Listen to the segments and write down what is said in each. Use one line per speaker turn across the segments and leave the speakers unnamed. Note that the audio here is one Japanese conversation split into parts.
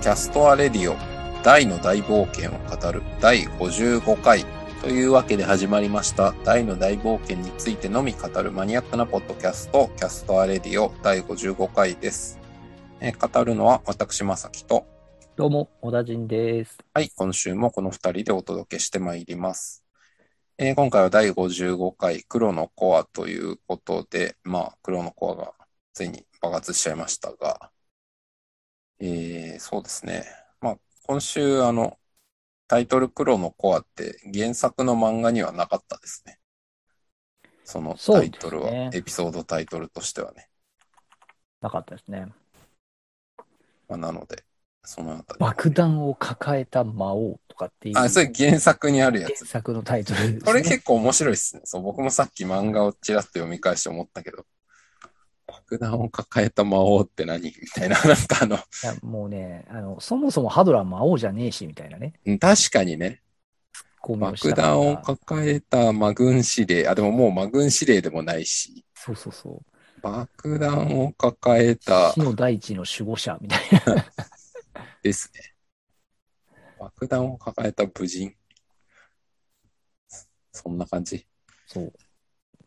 キャストアレディオ大の大冒険を語る第55回というわけで始まりました大の大冒険についてのみ語るマニアックなポッドキャストキャストアレディオ第55回です。えー語るのは私、まさきと、
どうも、小田陣です。
はい、今週もこの2人でお届けしてまいります。えー今回は第55回黒のコアということで、まあ、黒のコアがついに爆発しちゃいましたが、えーそうですね。まあ、今週、あの、タイトル黒のコアって原作の漫画にはなかったですね。そのタイトルは、
そうですね
エピソードタイトルとしてはね。
なかったですね。
まあ、なので、そのあたり。
爆弾を抱えた魔王とかっていう
あ、それ原作にあるや
原
つ。
作のタイトルです、ね。
これ結構面白いですね。そう、僕もさっき漫画をちらっと読み返して思ったけど、爆弾を抱えた魔王って何みたいな、なんかあの、
いやもうねあの、そもそもハドラー魔王じゃねえし、みたいなね。
うん確かにね、
巧妙し
爆
たから
弾を抱えた魔軍司令、あ、でももう魔軍司令でもないし、
そうそうそう。
爆弾を抱えた
死の大地の守護者みたいな。
ですね。爆弾を抱えた武人。そんな感じ。
そう。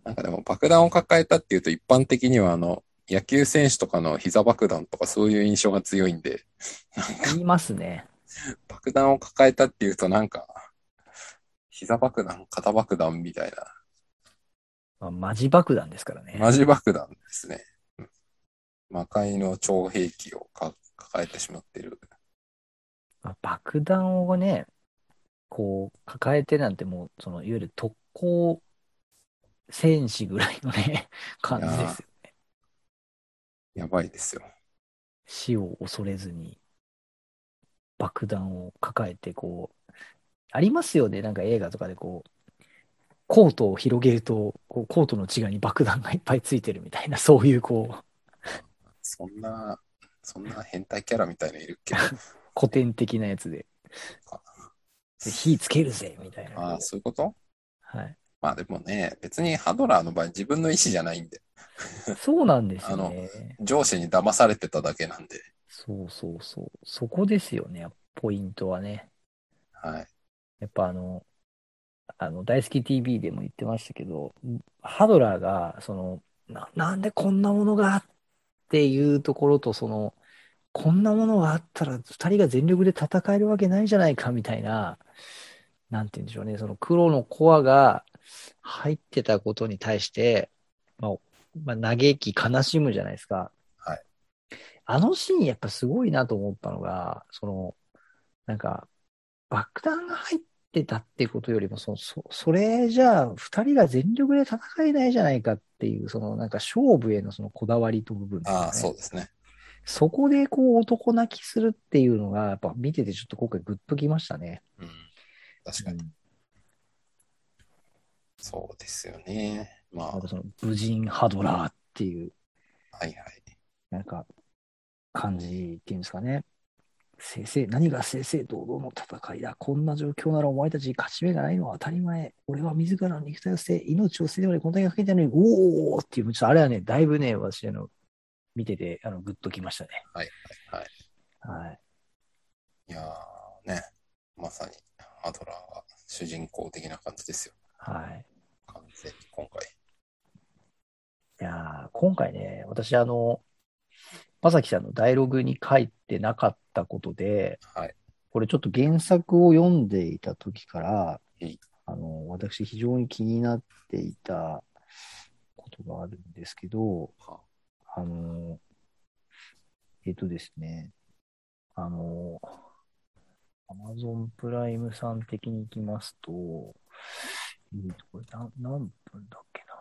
なんかでも爆弾を抱えたっていうと一般的にはあの、野球選手とかの膝爆弾とかそういう印象が強いんで、
言いますね。
爆弾を抱えたっていうとなんか、膝爆弾、肩爆弾みたいな、
まあ、マジ爆弾ですからね。
マジ爆弾ですね。魔界の超兵器をか抱えてしまってる。
まあ爆弾をね、こう、抱えてなんてもう、その、いわゆる特攻戦士ぐらいのね、感じですよ。
やばいですよ。
死を恐れずに爆弾を抱えてこうありますよねなんか映画とかでこうコートを広げるとこうコートの違いに爆弾がいっぱいついてるみたいなそういうこう
そんな、そんな変態キャラみたいのいるっけ
古典的なやつでで火つけるぜみたい
あ
な
あ、、そういうこと
はい、
まあでもね、別にハドラーの場合自分の意思じゃないんで、
そうなんです
あ
よ
の
ね
上司に騙されてただけなんで。
そうそうそうそこですよねポイントはね
はい。
やっぱあの、あの、大好き TV でも言ってましたけど、ハドラーが、その、な、なんでこんなものがっていうところと、その、こんなものがあったら二人が全力で戦えるわけないじゃないかみたいな、なんて言うんでしょうね、その黒のコアが入ってたことに対して、まあ、まあ、嘆き、悲しむじゃないですか。
はい
あのシーンやっぱすごいなと思ったのが、その、なんか、爆弾が入ってたってことよりも、そのそそれじゃあ、二人が全力で戦えないじゃないかっていう、そのなんか勝負へのそのこだわりと部分ですよね
ああ、そうですね。
そこでこう男泣きするっていうのが、やっぱ見ててちょっと今回グッときましたね。
うん。確かに。そうですよね。まあ、
なん
は
かその無人ハドラーっていう、
いはい。
なんか、感じっていうんですかね。正々、何が正々堂々の戦いだ。こんな状況ならお前たちに勝ち目がないのは当たり前。俺は自らの肉体を捨て、命を捨ててまでこんだけかけてるのに、おーっていう、ちょっとあれはね、だいぶね、私、あの、見てて、あの、グッときましたね。
はいはいはい。
はい。
いやーね、まさにアドラーが主人公的な感じですよ。
はい。
完全に今回。
いやー今回ね、私、あの、まさきさんのダイアログに書いてなかったことで、
はい。
これちょっと原作を読んでいた時から
はい、
あの、私非常に気になっていたことがあるんですけど、
は
あの、えっとですね、あの、アマゾンプライムさん的に行きますと、えっと、これ何、何分だっけな。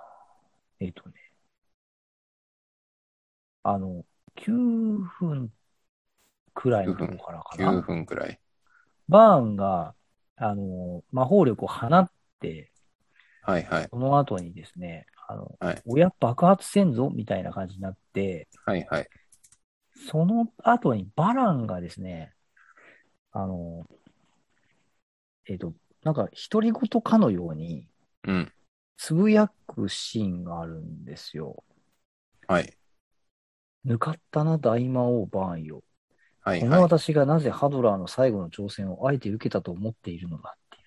えっとね、あの、9分くらいのとこからかな。
9分くらい。
バーンが、あの、魔法力を放って、
はいはい。
その後にですね、あの、
はい
おや、爆発せんぞ、みたいな感じになって、
はいはい。
その後にバランがですね、あの、えっ、と、なんか、独り言かのように、
うん。
つぶやくシーンがあるんですよ。
はい。
ぬかったな、大魔王バーンよ。
はい
こ
は
の
い。
私がなぜハドラーの最後の挑戦をあえて受けたと思っているのだってい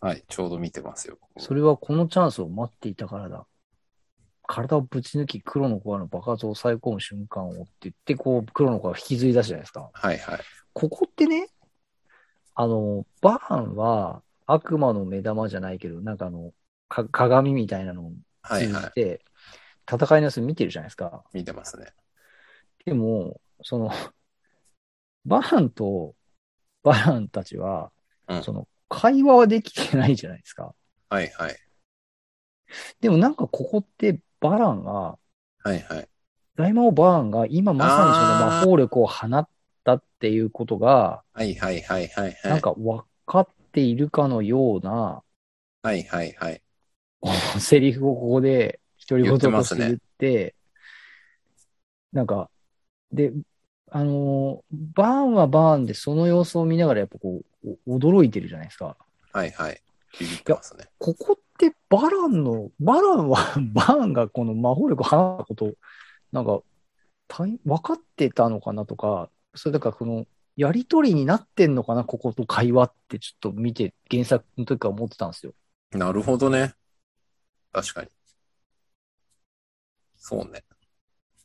う。
はい。ちょうど見てますよ。僕
それはこのチャンスを待っていたからだ。体をぶち抜き、黒のコアの爆発を抑え込む瞬間をって言って、こう、黒のコアを引きずり出すじゃないですか。
はいはい。
ここってね、あの、バーンは悪魔の目玉じゃないけど、なんかあの、か鏡みたいなのを
は
通
い
じ
はい。
て、戦いの様子見てるじゃないですか。
見てますね。
でも、その、 バーンと、バランたちは、
うん
その、会話はできてないじゃないですか。
はいはい。
でもなんかここって、バランが、
はいはい。
大魔王バーンが今まさにその
あー
魔法力を放ったっていうことが、
はいはいはいはいはい。
なんか分かっているかのような、
はいはいはい。
セリフをここで独り言として言
言
って、なんか、で、あのーバーンはバーンでその様子を見ながらやっぱこう、お驚いてるじゃないですか。
はいはい。ビビってますね。
ここってバランの、バランは、 バーンがこの魔法力を放ったこと、なんか、たい分かってたのかなとか、それだからこの、やりとりになってんのかな、ここと会話ってちょっと見て、原作の時から思ってたんですよ。
なるほどね。確かに。そうね。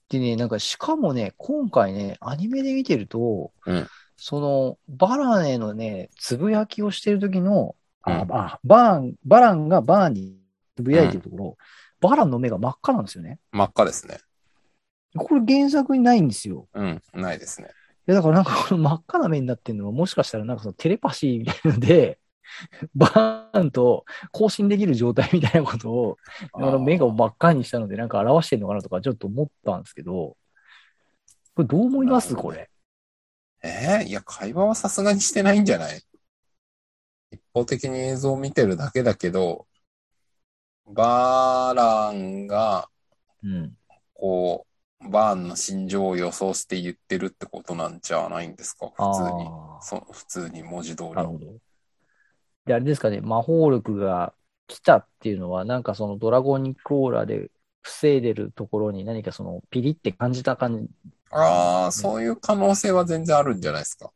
でね、なんかしかもね、今回ね、アニメで見てると、
うん
その、バランへのね、つぶやきをしてる時の、あ
うん
あバーン、バランがバーンにつぶやいてるところ、バランの目が真っ赤なんですよね。
真っ赤ですね。
これ原作にないんですよ。
うん。ないですね。
いやだからなんかこの真っ赤な目になってるのはもしかしたらなんかそのテレパシーみたいなので、 バーンと更新できる状態みたいなことを、あの目が真っ赤にしたのでなんか表してるのかなとかちょっと思ったんですけど、これどう思います
なる
こ
ほど
れ。
えーいや、会話はさすがにしてないんじゃない一方的に映像を見てるだけだけど、バーランが、
うん。
こう、バーンの心情を予想して言ってるってことなんじゃないんですか
あ
普通に。
あ
そう、普通に文字通り。
なるほど。で、あれですかね、魔法力が来たっていうのは、なんかそのドラゴニックオーラで防いでるところに何かそのピリって感じた感じ。
ああ、そういう可能性は全然あるんじゃないですか。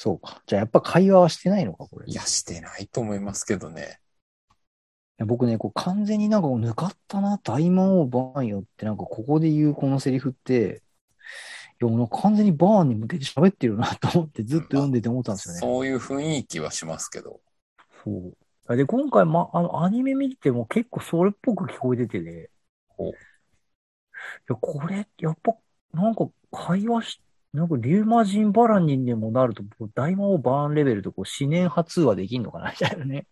そうか。じゃあやっぱ会話はしてないのか、これ。
いや、してないと思いますけどね。
僕ね、こう完全になんかこう抜かったな、大魔王バーンよって、なんかここで言うこのセリフって、いや、もう完全にバーンに向けて喋ってるなと思ってずっと読んでて思ったんですよね。
そういう雰囲気はしますけど。
そう。あで、今回、ま、あの、アニメ見ても結構それっぽく聞こえててね。
ほう
いや、これ、やっぱ、なんか会話し、なんかリューマ人バランにでもなると、こう大魔王バーンレベルとこう、四年波通話できんのかなみたいなね。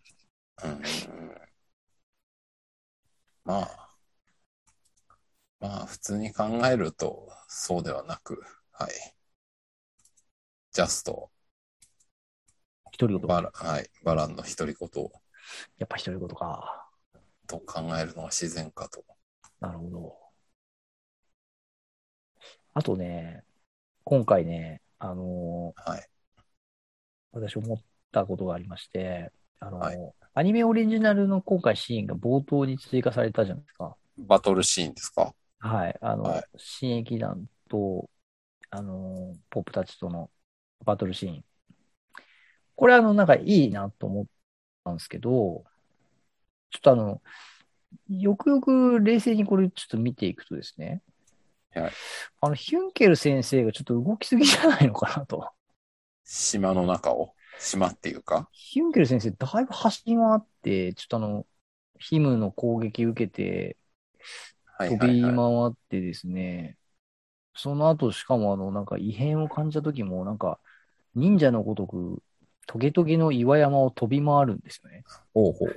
うん。まあ。まあ、普通に考えると、そうではなく、はい。ジャスト、
一人言。
バラ、はい、バランの独り言
やっぱ一人言か。
と考えるのが自然かと。
なるほど。あとね、今回ね、あの
はい。
私思ったことがありまして、あの、
はい
アニメオリジナルの今回シーンが冒頭に追加されたじゃないですか。
バトルシーンですか
はい。あの、
はい
新劇団と、あの、ポップたちとのバトルシーン。これあの、なんかいいなと思ったんですけど、ちょっとあの、よくよく冷静にこれちょっと見ていくとですね、
はい
あの、ヒュンケル先生がちょっと動きすぎじゃないのかなと。
島の中を。島っていうか
ヒュンケル先生、だいぶ走り回って、ちょっとあの、ヒムの攻撃受けて、
はい
飛
はい
び回
はい。
ってですね、その後、しかもあの、なんか異変を感じた時も、なんか、忍者のごとく、トゲトゲの岩山を飛び回るんですよね。
ほうほう。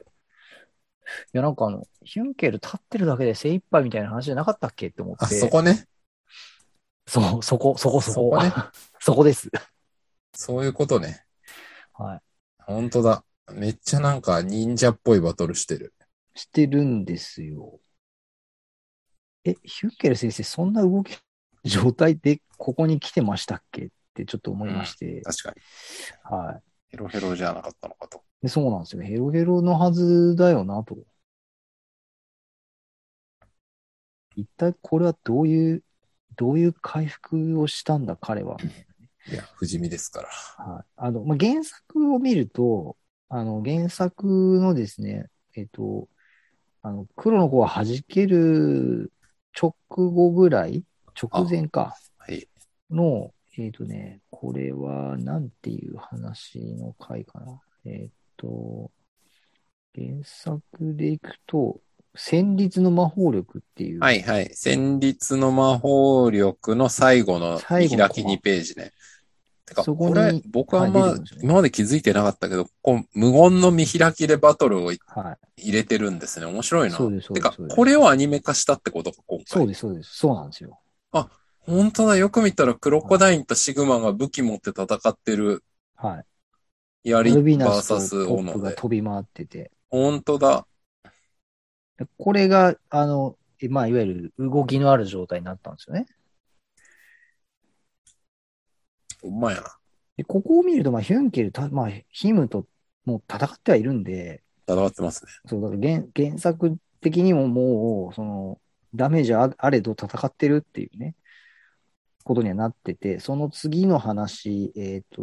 いや、なんかあの、ヒュンケル立ってるだけで精一杯みたいな話じゃなかったっけって思って。
あ、そこね。
そう、そこ、そこ、そ
そ
こ。
こね
そこです。
そういうことね。
は
本当だ。めっちゃなんか忍者っぽいバトルしてる。
い。してるんですよ。え、ヒュンケル先生、そんな動き、状態でここに来てましたっけってちょっと思いまして。
確かに。
はい。
ヘロヘロじゃなかったのかと。
で、そうなんですよ。ヘロヘロのはずだよなと。一体これはどういう、どういう回復をしたんだ、彼は。
いや、不死身ですから。
はい。あの、まあ、原作を見ると、あの、原作のですね、えっと、あの、黒の子が弾ける直後ぐらい、直前か、
はい。
の、えっとね、これは、なんていう話の回かな。えっと、原作でいくと、戦慄の魔法力っていう、
はいはい。戦慄の魔法力の最後の
最
見
後の
開き2ページね。てか、
そこ
これ、
に
僕はあんま
はい出てくるんですよね
今まで気づいてなかったけど、こう無言の見開きでバトルを
はい。
入れてるんですね。面白いな。
そうですそう
て
です
か
そう、です
これをアニメ化したってことか、今回。
そうです、そうです。そうなんですよ。
本当だ、よく見たらクロコダインとシグマが武器持って戦ってる
はい。
槍
ルビナスと
VS
ポップ
斧
が
で。
飛び回ってて、
本当だ。
これが、あの、えまあ、いわゆる動きのある状態になったんですよね。
ほんまやな。
で、ここを見ると、まあ、ヒュンケル、たまあ、ヒムともう戦ってはいるんで、
戦ってますね。
そう、だから原原作的にももう、その、ダメージああれど戦ってるっていうね、ことにはなってて、その次の話、えっ、と、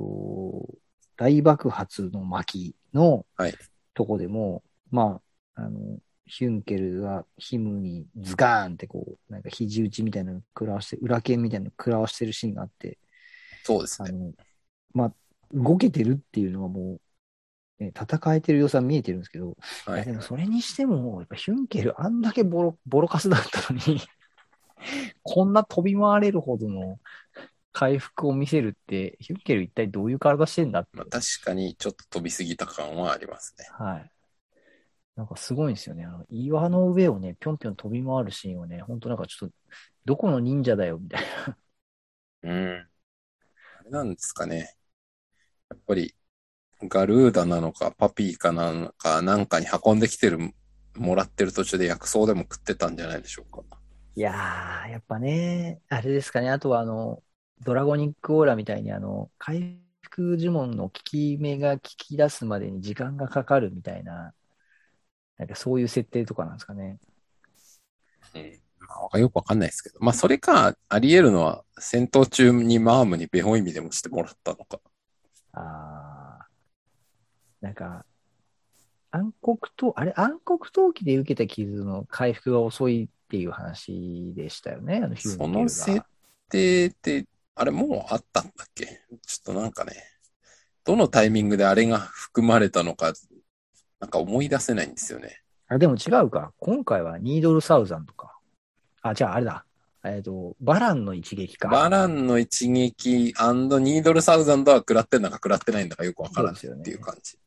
大爆発の巻の
はい
とこでも、まあ、あの、ヒュンケルがヒムにズガーンってこう、なんか肘打ちみたいなの食らわして、裏剣みたいなの食らわしてるシーンがあって、
そうです
あ
ね。
の、まあ、動けてるっていうのはもう、ね、戦えてる様子は見えてるんですけど、い
は
やで
い
も。それにしても、やっぱヒュンケルあんだけボロ、ボロカスだったのに、 こんな飛び回れるほどの回復を見せるって、ヒュンケル一体どういう体してんだって。
まあ、確かにちょっと飛びすぎた感はありますね。
はい。なんかすごいんですよね。あの岩の上をね、ぴょんぴょん飛び回るシーンをね、ほんとなんかちょっと、どこの忍者だよ、みたい
う
な。
ん。あれなんですかね。やっぱり、ガルーダなのか、パピーかなんか、なんかに運んできてる、もらってる途中で薬草でも食ってたんじゃないでしょうか。
いやー、やっぱね、あれですかね。あとは、あの、ドラゴニックオーラみたいに、あの、回復呪文の効き目が効き出すまでに時間がかかるみたいな、なんかそういう設定とかなんですかね。
うん。まあ、よくわかんないですけど。まあ、それか、あり得るのは、戦闘中にマームにベホイミでもしてもらったのか。
あー、なんか、暗黒と、あれ、暗黒闘気で受けた傷の回復が遅いっていう話でしたよね、あのヒュ
そ
ーンケル
の
が。
設定って、あれもうあったんだっけちょっとなんかね、どのタイミングであれが含まれたのか、なんか思い出せないんですよね。
あ、でも違うか。今回はニードルサウザンとか。あ、じゃああれだ。えっと、バランの一撃か。
バランの一撃ニードルサウザンドは食らってんだか食らってないんだかよくわからない
そうですよね
っていう感じ。
い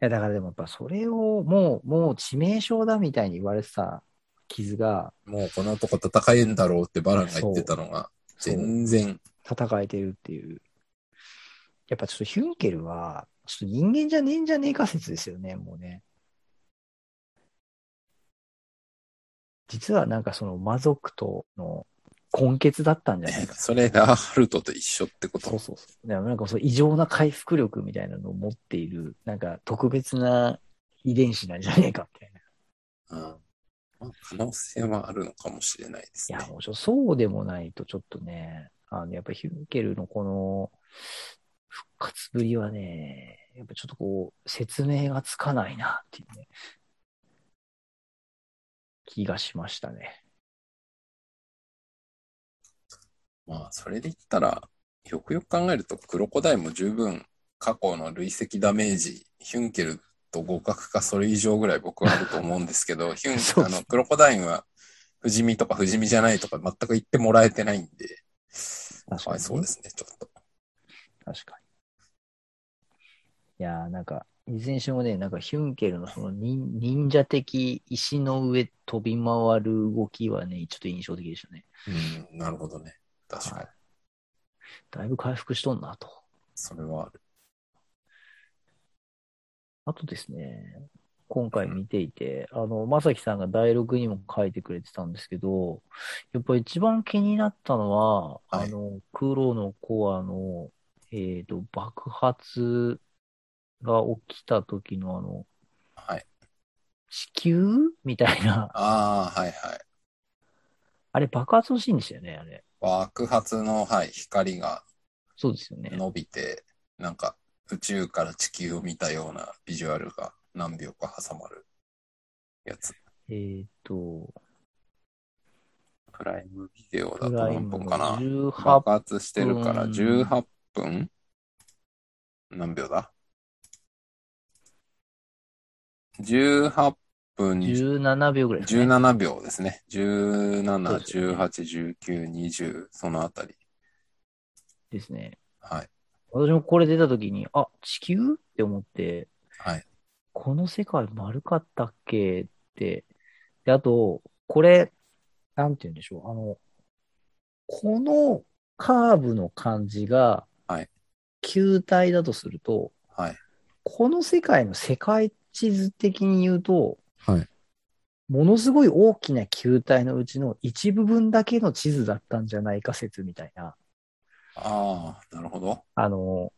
や、だからでもやっぱそれをもう、もう致命傷だみたいに言われてた傷が
もうこの男戦えんだろうってバランが言ってたのが、
そう
全然、
戦えてるっていう。やっぱちょっとヒュンケルは、ちょっと人間じゃねえんじゃねえか説ですよね、もうね。実はなんかその魔族との根結だったんじゃないか。
それがハルトと一緒ってこ
そう
と。
そうそう。でもなんかそう異常な回復力みたいなのを持っている、なんか特別な遺伝子なんじゃねえかみたいな。
うんまあ、可能性はあるのかもしれないですね
いや、。もうちょそうでもないとちょっとね、あの、やっぱヒュンケルのこの復活ぶりはね、やっぱちょっとこう、説明がつかないなっていうね、気がしましたね。
まあ、それで言ったら、よくよく考えると、クロコダイも十分過去の累積ダメージ、ヒュンケルと互角かそれ以上ぐらい僕はあると思うんですけ ど、ヒ
そ
ュ
う
ン、
で
あ
す
の、クロコダインは、不死身とか不死身じゃないとか全く言ってもらえてないんで、
確。
かわいそうですすね、ちょっと。
確かに。いやーなんか、いずれにしてもね、なんかヒュンケルのその忍忍者的石の上飛び回る動きはね、ちょっと印象的でしたね。
うん、なるほどね。確か
は
に
い。だいぶ回復しとんなと。
それはある。
あとですね、今回見ていて、あの、まさきさんが第6にも書いてくれてたんですけど、やっぱ一番気になったのは、
はい
あの、黒のコアの、えっと、爆発が起きた時のあの、
はい。
地球みたいな、
ああ、はいはい。
あれ爆発のシーンでしたよね、あれ。
爆発の、はい、光が
そうですよね。
伸びて、なんか宇宙から地球を見たようなビジュアルが何秒か挟まるやつ。
えーっと、
プライムビデオだと
プライ
何
ム
分
の
かな
18
爆発してるから
うん
18分何秒だ ?18 分
17秒ぐらいですね。
17秒ですね。17、
そうですよね
18、19、20、そのあたり。
ですね。
はい。
私もこれ出た時に、あ、地球って思って、
はい。
この世界丸かったっけって。で、あと、これ、なんて言うんでしょう。あの、このカーブの感じが
はい、
球体だとすると、
はい。
この世界の世界地図的に言うと、
はい
ものすごい大きな球体のうちの一部分だけの地図だったんじゃないか説みたいな。
ああ、なるほど。
あの、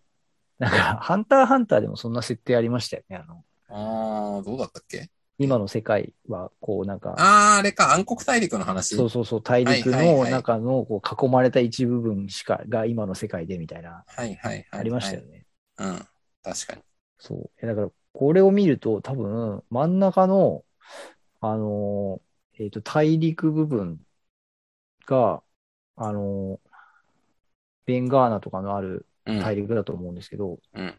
なんか、 ハンターハンターでもそんな設定ありましたよね。あの、
ああ、どうだったっけ
今の世界は、こう、なんか、
ああ、あれか、暗黒大陸の話。
そうそうそう、大陸
はいはい
の
はい
中のこう囲まれた一部分しか、が今の世界でみたいな、
はいはいはい。
ありましたよね。
はい。うん。確かに。
そう。えだから、これを見ると、多分、真ん中の、あのー、えっと、大陸部分が、あのー、ベンガーナとかのある
うん。
大陸だと思うんですけど、
うん。
い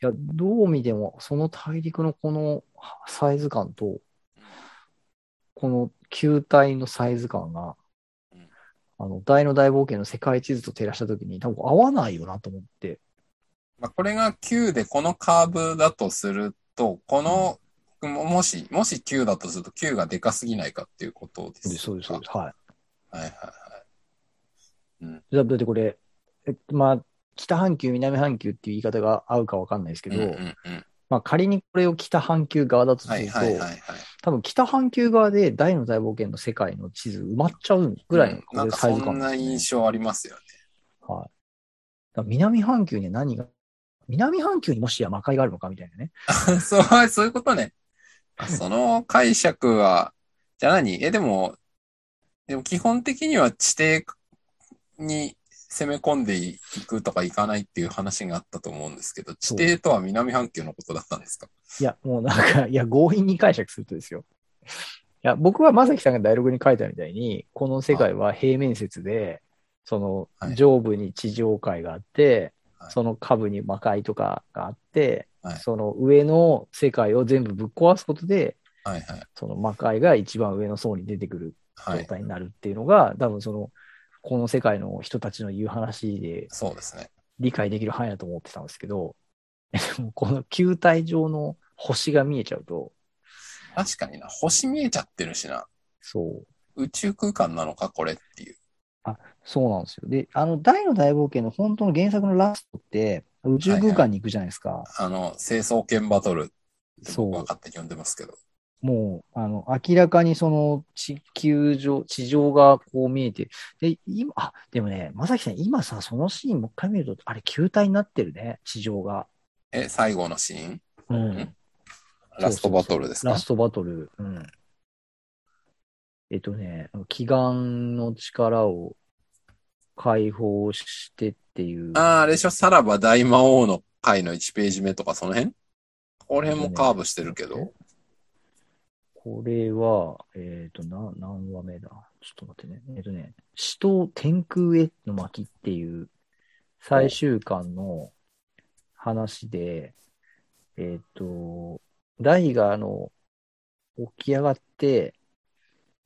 や、どう見ても、その大陸のこのサイズ感と、この球体のサイズ感が
うん、
あの、大の大冒険の世界地図と照らしたときに、多分合わないよなと思って、
まあ、これが9で、このカーブだとすると、この、ももし、もし9だとすると9がでかすぎないかっていうことです
そう
か。
です、そうです、そうです。はい。
はいはいはい。
だだってこれ、えまあ、北半球、南半球っていう言い方が合うかわかんないですけど、
うんうんうん。
まあ仮にこれを北半球側だとす
はい
ると、
はいはいはい。
多分北半球側で大の大冒険の世界の地図埋まっちゃうぐらいの
うんなん
これ
か
サイズ
そ
感
ん
な
なん
ですよね
印象ありますよね。
はい。だから南半球には何が、南半球にもしや魔界があるのかみたいなね。
そう、そういうことね。あその解釈は、じゃあ何え、でも、でも基本的には地底に攻め込んでいくとかいかないっていう話があったと思うんですけど、地
そう
底とは南半球のことだったんですか
いや、もうなんか、いや、強引に解釈するとですよ。いや、僕は正樹さんがダイログに書いたみたいに、この世界は平面説で、その
はい
上部に地上界があって、
はい
その下部に魔界とかがあって、
はい
その上の世界を全部ぶっ壊すことで、
はいはい。
その魔界が一番上の層に出てくる
は
状
い。
態になるっていうのが、多分その、この世界の人たちの言う話で
そうですね。
理解できる範囲だと思ってたんですけど、でもこの球体上の星が見えちゃうと、
確かにな、星見えちゃってるしな。
そう。
宇宙空間なのか、これっていう。
そうなんですよ。で、あの、大の大冒険の本当の原作のラストって、宇宙空間に行くじゃないですか。
あの、清掃剣バトルって
そう
僕は勝手に呼んでますけど。
もう、あの、明らかにその地球上、地上がこう見えて、で、今、あ、でもね、まさきさん、今さ、そのシーンもう一回見ると、あれ、球体になってるね、地上が。
え、最後のシーン
うん。
ラストバトルですか
ラストバトル。うん。えっとね、祈願の力を解放してっていう。
ああ、あれでしょ、さらば大魔王の回の1ページ目とかその辺この辺もカーブしてるけど。
これは、えっ、と、な、何話目だちょっと待ってね。えっ、とね、死と天空への巻っていう最終巻の話で、えっ、と、ライがあの、起き上がって、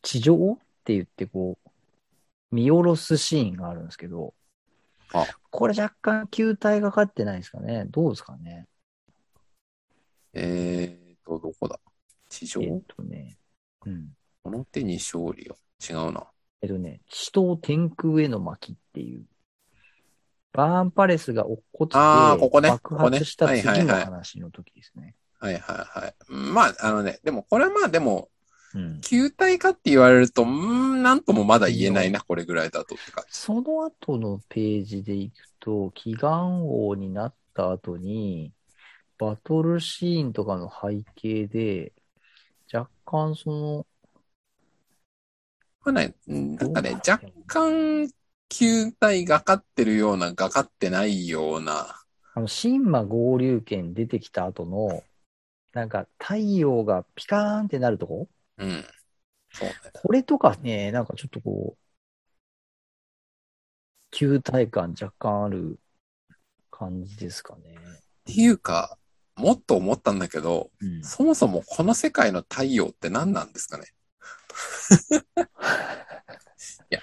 地上って言ってこう、見下ろすシーンがあるんですけど
あ、
これ若干球体がかってないですかねどうですかね
えーと、どこだ地上
えっ、とね、うん。
この手に勝利を。違うな。
えっとね、地頭天空への巻っていう、バーンパレスが落っこちて
あーここね
爆発した
ここねはいはい
次の
はい
話の時ですね。
はいはいはい。まあ、あのね、でもこれはまあでも、
うん
球体かって言われると、うーん、なんともまだ言えないな、これぐらいだとってか。
その後のページでいくと、祈願王になった後に、バトルシーンとかの背景で、若干その、
まあね、うんなんかね、若干、球体がかってるような、がかってないような、
あの、新馬合流圏出てきた後の、なんか太陽がピカーンってなるとこ
うん。そうね。
これとかね、なんかちょっとこう、球体感若干ある感じですかね。
っていうか、もっと思ったんだけど、
うん
そもそもこの世界の太陽って何なんですかね いや、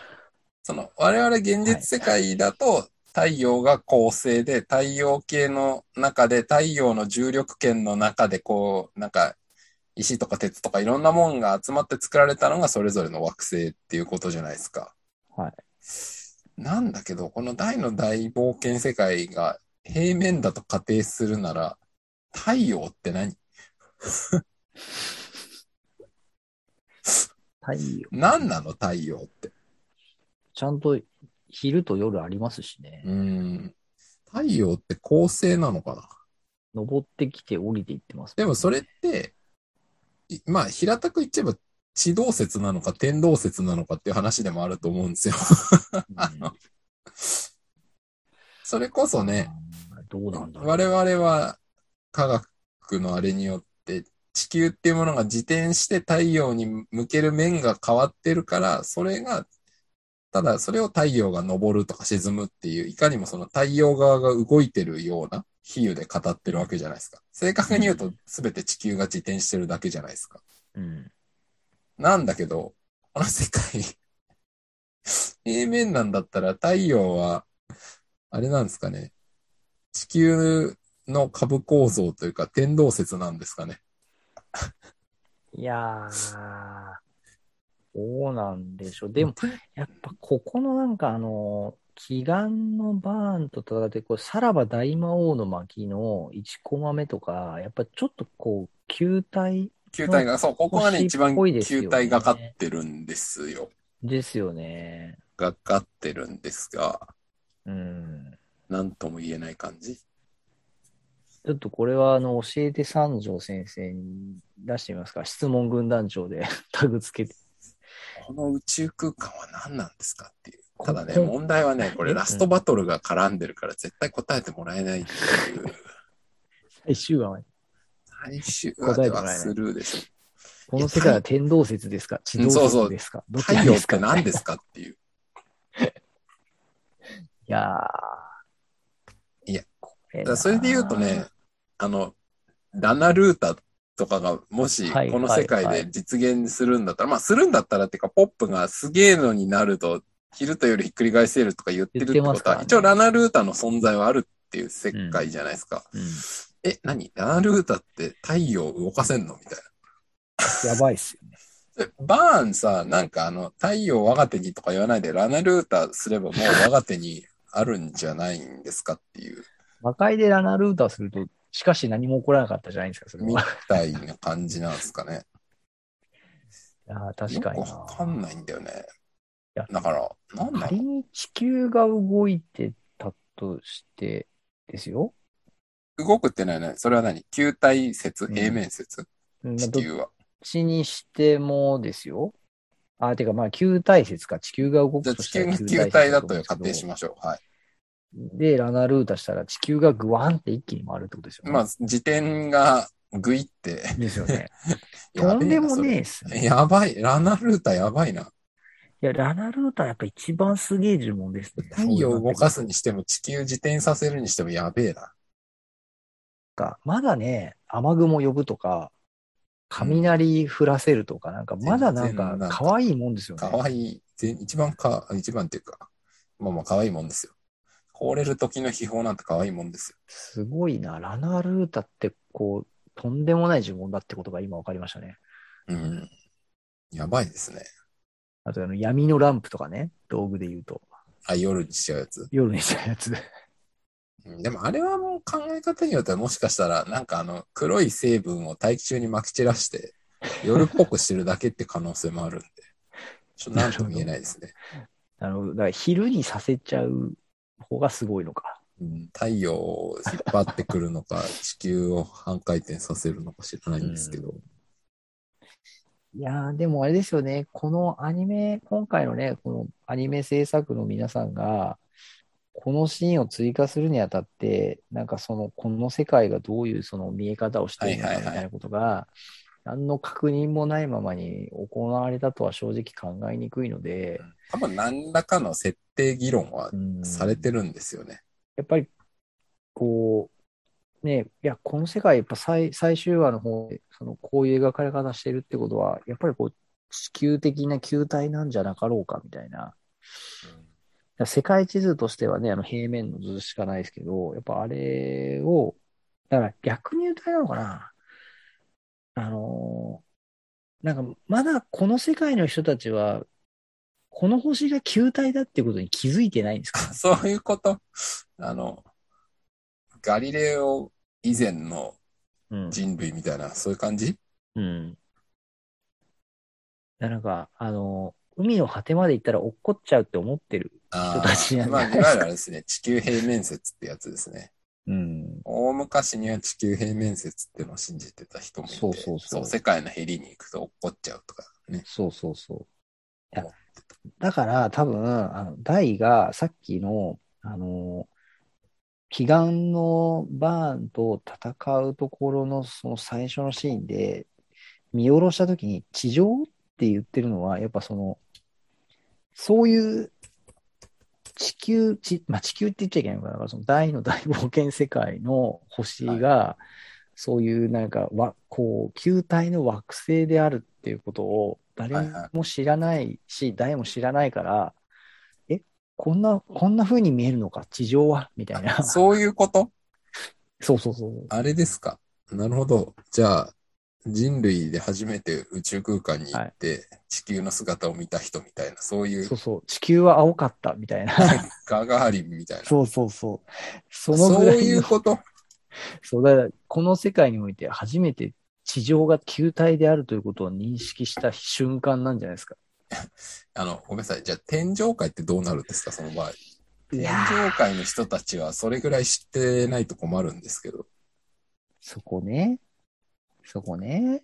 その、我々現実世界だと、太陽が恒星で、太陽系の中で、太陽の重力圏の中で、こう、なんか、石とか鉄とかいろんなもんが集まって作られたのがそれぞれの惑星っていうことじゃないですか。
はい。
なんだけど、この大の大冒険世界が平面だと仮定するなら、太陽って何
太陽。
何なの太陽って。
ちゃんと昼と夜ありますしね。
うーん。太陽って恒星なのかな
登ってきて降りていってます、
でもそれって、いまあ平たく言っちゃえば地動説なのか天動説なのかっていう話でもあると思うんですよ。
うん、
あのそれこそね、
うん。どうなんだろう。
我々は科学のあれによって地球っていうものが自転して太陽に向ける面が変わってるから、それが、ただそれを太陽が昇るとか沈むっていう、いかにもその太陽側が動いてるような比喩で語ってるわけじゃないですか。正確に言うと全て地球が自転してるだけじゃないですか。
うん。
なんだけど、この世界、平面なんだったら太陽は、あれなんですかね。地球の株構造というか天動説なんですかね。
いやー、どうなんでしょう。でも、やっぱここのなんかあの、祈願のバーンと戦って、こう、さらば大魔王の巻の1コマ目とか、やっぱちょっとこう、球体
球体が、そう、ここがね、
星
一番
っぽいですよね
球体がかってるんですよ。
ですよね。
がかってるんですが、
うん。
なんとも言えない感じ。
ちょっとこれはあの、教えて三条先生に出してみますか。質問軍団長で タグつけて。
この宇宙空間は何なんですかっていう。
こ
ただね、
こ
問題はね、これ
うん
ラストバトルが絡んでるから絶対答えてもらえないっていう。
最終話まで
最終話ではスルーでしょ。
この世界は天動説ですか地動説ですかどっち
太
なん
陽
で
っ
すか
て何ですかって いう。
いやー。
いや、
これ
だか
なー
らそれで言うとね、、あの、ラナルータとかがもし
はい
この世界
はいは
で
い
実現するんだったら、まあするんだったらっていうか、ポップがすげえのになると、昼と夜ひっくり返せるとか言ってるって
言
こ
ってま
と
すか
は、
らね
一応ラナルータの存在はあるっていう世界じゃないですか。
うん
え、何ラナルータって太陽動かせんのみたい
やばいっすよね。
な。えバーンさ、なんかあの、太陽我が手にとか言わないで、ラナルータすればもう我が手にあるんじゃないんですかっていう。
魔界でラナルーターすると、しかし何も起こらなかったじゃ ないですか、それ
み
は。
たいな感じなんですかね。
いやー確かに
よくわかん
な。
ないんだよね
や。
だから、なんだろ
仮
う。
に地球が動いてたとしてですよ。
動くってのはね、それは何球体説、
うん
平面説、
うんまあ
地
どっ
球は。
ちにしてもですよ。あ、てかまあ、球体説か。地球が動
じゃあ
くと
地
した
球が
ら
球体だと
思うんですけ
仮
ど
定しましょう。はい。
で、ラナルータしたら地球がグワンって一気に回るってことですよね。
まあ、時点がぐいって。
ですよね。
やべえ
と
なん
でもねえ
そ
っす
れ
ね。
やばい。ラナルータやばいな。
いや、ラナルータやっぱ一番すげえ呪文ですね。
太陽を動かすにしても地球自転させるにしてもやべえな。
か。まだね、雨雲呼ぶとか、雷降らせるとか、なんか、まだなん
全然な
か
ん、か
可愛いもんですよ
か
ね。
わいい。ぜ一番か、一番っていうか、まあまあかわいいもんですよ。凍れる時の秘宝なんてかわいいもんですよ。
すごいな。ラナルータって、こう、とんでもない呪文だってことが今分かりましたね。
うん。やばいですね。
あと、あの、闇のランプとかね、道具で言うと、
あ、夜にしちゃうやつ。
夜にしたやつ。
うんでもあれはもう考え方によってはもしかしたら、なんかあの、黒い成分を大気中に撒き散らして、夜っぽくしてるだけって可能性もあるんで、ちょっとなんとも言えないですね。
あの、だから昼にさせちゃう方がすごいのか。
うん、太陽を引っ張ってくるのか、地球を半回転させるのか知らないんですけど。
いやー、でもあれですよね。このアニメ、今回のね、このアニメ制作の皆さんが、このシーンを追加するにあたって、なんかその、この世界がどういうその見え方をしているの
はい
か
はい
み
はい
たいなことが、何の確認もないままに行われたとは正直考えにくいので、
多分何らかの設定議論は
うん
されてるんですよね。
やっぱり、こう、ね、いや、この世界、やっぱ最、最終話の方で、その、こういう描かれ方してるってことは、やっぱりこう、地球的な球体なんじゃなかろうか、みたいな。だから世界地図としてはね、あの、平面の図しかないですけど、やっぱあれを、だから逆に言うとあれなのかな。あのーなんか、まだこの世界の人たちは、この星が球体だってことに気づいてないんですか
そういうこと。あの、ガリレオ以前の
うん
人類みたいな、そういう感じ
うん。いやなんか、あの、海の果てまで行ったら落っこっちゃうって思ってる。
あ
人たちな
ー
んじ
まあ、
ゃないい
わゆるあれですね、地球平面説ってやつですね。
うん。
大昔には地球平面説っていうのを信じてた人もいて、
そうそうそう
世界のへりに行くと落っこっちゃうとか ね。
そうそうそう。いや
思っ
だから多分、あの、ダイがさっきの、あの、彼岸のバーンと戦うところのその最初のシーンで見下ろした時に地上って言ってるのは、やっぱその、そういう地球、地、まあ、地球って言っちゃいけないのかな。だからその大の大冒険世界の星が、そういうなんかわ、こう、球体の惑星であるっていうことを誰
はいは
も知らないし、誰も知らないから、え、こんな、こんな風に見えるのか、地上は、みたいな。 そう
そういうこと
そうそうそう。
あれですか。なるほど。じゃあ、人類で初めて宇宙空間に行って、地球の姿を見た人みたいな、そういう
そうそう。地球は青かった、みたいな。
ガガーリンみたいな。
そうそうそう。その
そう
ぐらいの
いうこと
そう、だから、この世界において初めて地上が球体であるということを認識した瞬間なんじゃないですか。
あの、ごめんなさい。じゃあ、天上界ってどうなるんですか、その場合。
い
天
や
上界の人たちはそれぐらい知ってないと困るんですけど。
そこね。そこね。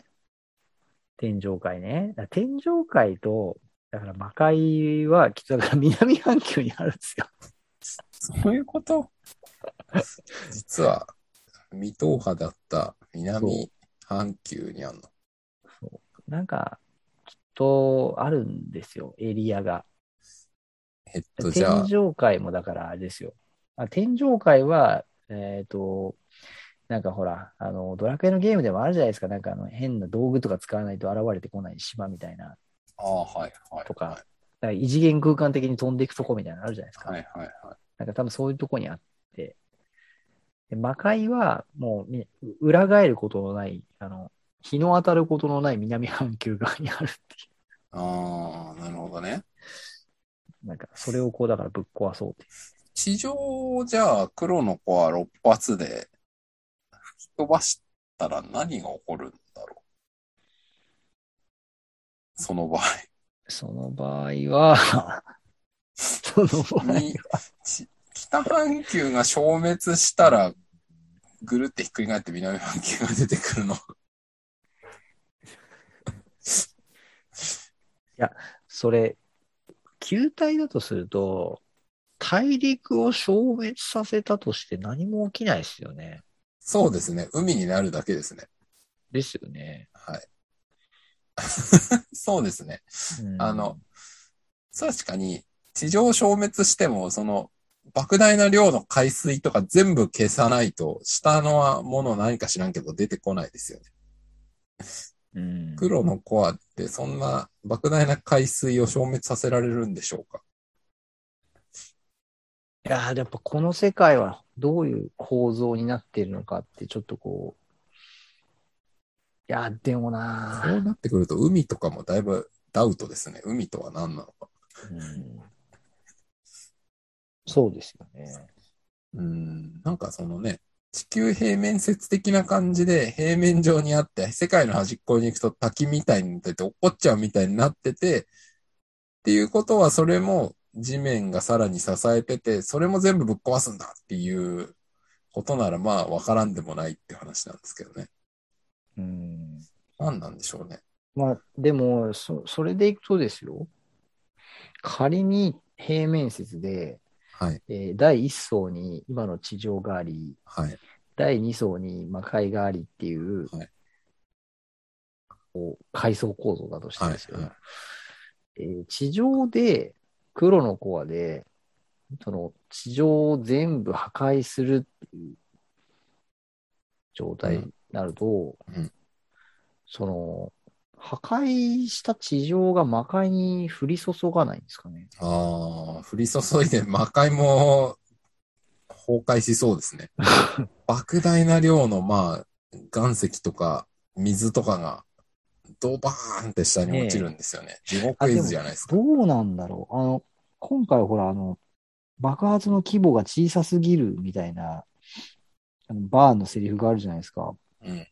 天上界ね。だから天上界と、だから魔界は、きっとだから南半球にあるんですよ。
そういうこと実は、未踏破だった南半球にあるの。
なんか、きっとあるんですよ。エリアが。
えっと、じゃあ
天、上界もだからあれですよ。あ天上界は、えっ、と、なんかほら、あの、ドラクエのゲームでもあるじゃないですか。なんかあの、変な道具とか使わないと現れてこない島みたいな。だか
ああ、はい、はい。
とから異次元空間的に飛んでいくとこみたいなのあるじゃないですか。
はい、はい、はい。
なんか多分そういうとこにあって。で魔界は、もうみ、裏返ることのない、あの、日の当たることのない南半球側にあるって い
ああ、なるほどね。
う。なんか、それをこう、だからぶっ壊そうっていう。
地上をじゃあ、黒の子は6発で吹き飛ばしたら何が起こるんだろう。その場合。
その場合は、 その場合 は
にち北半球が消滅したら、ぐるってひっくり返って南半球が出てくるの。
それ、球体だとすると、大陸を消滅させたとして何も起きないですよね。
そうですね。海になるだけですね。
ですよね。
はい。 そうですね。
うん
あの、確かに、地上消滅しても、その、莫大な量の海水とか全部消さないと、下のもの何か知らんけど出てこないですよね。
うん、
黒のコアってそんな莫大な海水を消滅させられるんでしょうか
いやーやっぱこの世界はどういう構造になっているのかって、ちょっとこう、いやーでもな
そうなってくると海とかもだいぶダウトですね。海とは何なのか。
ー、うんそうですよね。
うん、なんかそのね、地球平面説的な感じで平面上にあって、世界の端っこに行くと滝みたいになってて落っこっちゃうみたいになってて、っていうことはそれも地面がさらに支えてて、それも全部ぶっ壊すんだっていうことならまあわからんでもないって話なんですけどね。
うん
何なんでしょうね。
まあ、でも、そ、それでいくとですよ。仮に平面説で、
はい、
えー第1層に今の地上があり、
はい、
第2層に魔界がありっていう、
はい
こう階層構造だとしてですよ、
はいは
えー地上で黒のコアで、その地上を全部破壊するっていう状態になると、
うん
その、破壊した地上が魔界に降り注がないんですかね。
ああ、降り注いで魔界も崩壊しそうですね。 莫大な量の、まあ、岩石とか水とかがドバーンって下に落ちるんですよね。地獄絵図じゃないですか。
どうなんだろう。あの、今回ほら、あの、爆発の規模が小さすぎるみたいな、あのバーンのセリフがあるじゃないですか。
うん。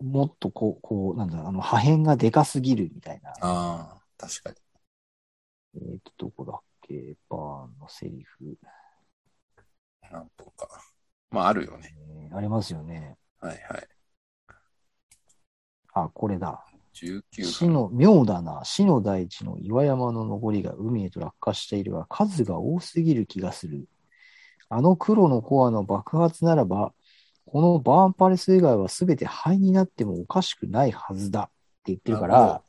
もっとこう、こう、なんだろう、あの、破片がでかすぎるみたいな。
ああ、確かに。
えっ、と、どこだっけバーンのセリフ。
なんとか。まあ、あるよね。
えーありますよね。
はいはい。
あ、これだ。
19
死
分。
の、妙だな。死の大地の岩山の残りが海へと落下しているが、数が多すぎる気がする。あの黒のコアの爆発ならば、このバーンパレス以外は全て灰になってもおかしくないはずだって言ってるか
なるほ
ら、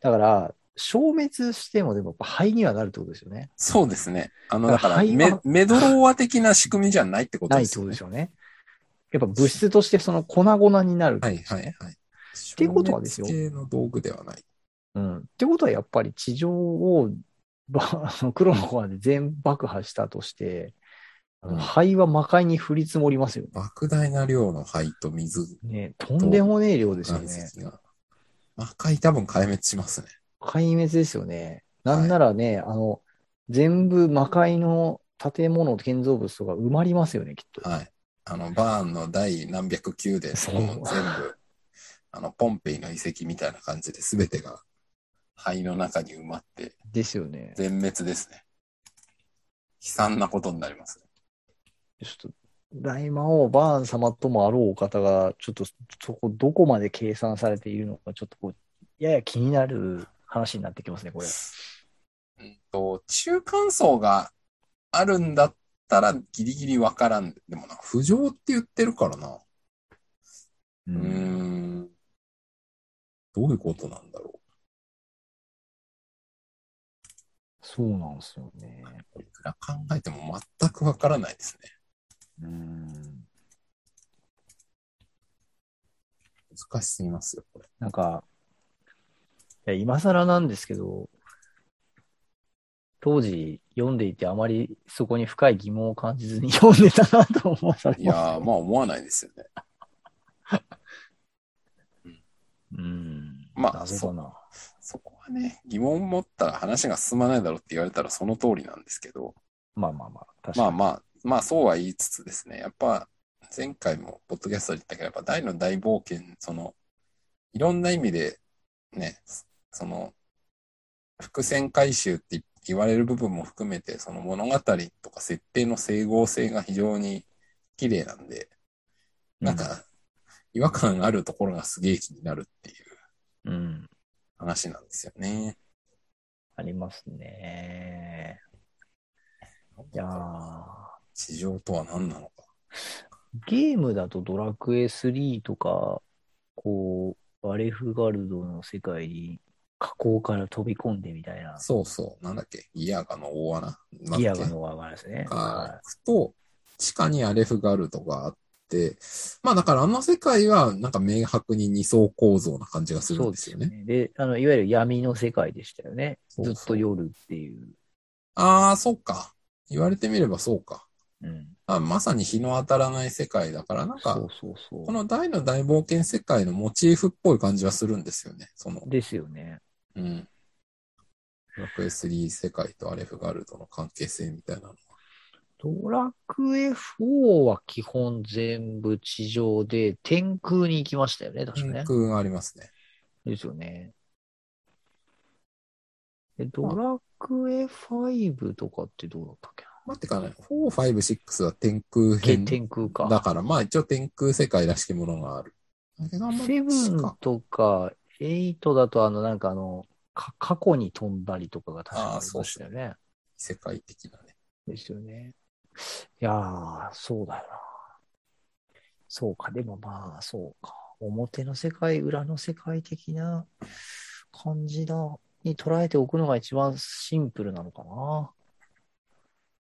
だから、消滅してもでもやっぱ灰にはなるってことですよね。
そうですね。あの、
だ
だ
か
からら、メ
灰は
メドローア的な仕組みじゃないってこと
な
で
いって
す
こ
よ
と
ね
で。すよね。やっぱ物質としてその粉々になるって
は
こと
い
ですよ
は
ね
いはい。って
いうことはですよ
系の道具ではない。
うん。ってことはやっぱり地上をばあの黒のコアで全爆破したとして、あの
うん
灰は魔界に降り積もりますよ
莫大な量の灰と水
ね。とんでもねえ量ですよ
岩
ね。
石が。赤い多分壊滅しますね。
壊滅ですよね。なんならね、あの、全部魔界の建物、建造物とか埋まりますよね、きっと。
はい。あの、バーンの第何百級で、
そ
そうこも全部、あの、ポンペイの遺跡みたいな感じで全てが灰の中に埋まって、
ですよね。
全滅ですね。悲惨なことになりますね。
ちょっと、大魔王バーン様ともあろうお方が、ちょっとそこどこまで計算されているのか、ちょっとこう、やや気になる話になってきますね、これ。
うんと、中間層があるんだったらギリギリわからん。でもな、浮上って言ってるからな。うー
う
ん。どういうことなんだろう。
そうなんですよね。
いくら考えても全くわからないですね。
うん。
難しすぎますよ、これ。
なんか、いや、今更なんですけど、当時読んでいてあまりそこに深い疑問を感じずに 読んでたなと思わされ
い
ま
や
す。
ー、まあ思わないですよね。
うん。
まあ
謎だな。
そこはね、疑問持ったら話が進まないだろうって言われたらその通りなんですけど、
まあまあまあ、確
ま
か
あ
に。
まあ、まあそうは言いつつですね、やっぱ前回もポッドキャストで言ったけど、やっぱ大の大冒険、その、いろんな意味でね、その、伏線回収って言われる部分も含めて、その物語とか設定の整合性が非常に綺麗なんで、なんか、違和感あるところがすげえ気になるっていう
うん、うん。
話なんですよね。
ありますね。いやー
地上とは何なのか。
ゲームだとドラクエ3とか、こう、アレフガルドの世界に火口から飛び込んでみたいな、
そうそう。なんだっけギアガの大穴なんだっけ
ギアがのわですね。
が
は
行くと、地下にアレフガルドがあって、まあだからあの世界はなんか明白に二層構造な感じが
い
するんですよね。
そうで、あの、いわゆる闇の世界でしたよね。
そうそう
ずっと夜っていう。
ああ、そっか。言われてみればそうか。
うん。
あまさに日の当たらない世界だから、なん
そ
か
う、そうそう。
この大の大冒険世界のモチーフっぽい感じはするんですよね。その、
ですよね。
うん。ドラクエ3世界とアレフガルドの関係性みたいなのは。
ドラクエ4は基本全部地上で天空に行きましたよね、確かね
天。空がありますね。
ですよね。え、ドラクエ5とかってどうだったっけ
まあ、てかね、4、5、6は天空
け
編。
天空か。
だから、まあ一応天空世界らしきものがある。だけどあんまり
セブ
地
ン
下
とか8だとあの、なんかあの、か過去に飛んだりとかが確かにありましたよね。
異世界的なね。
ですよね。いやー、そうだよな。そうか、でもまあ、そうか。表の世界、裏の世界的な感じだ。に捉えておくのが一番シンプルなのかな。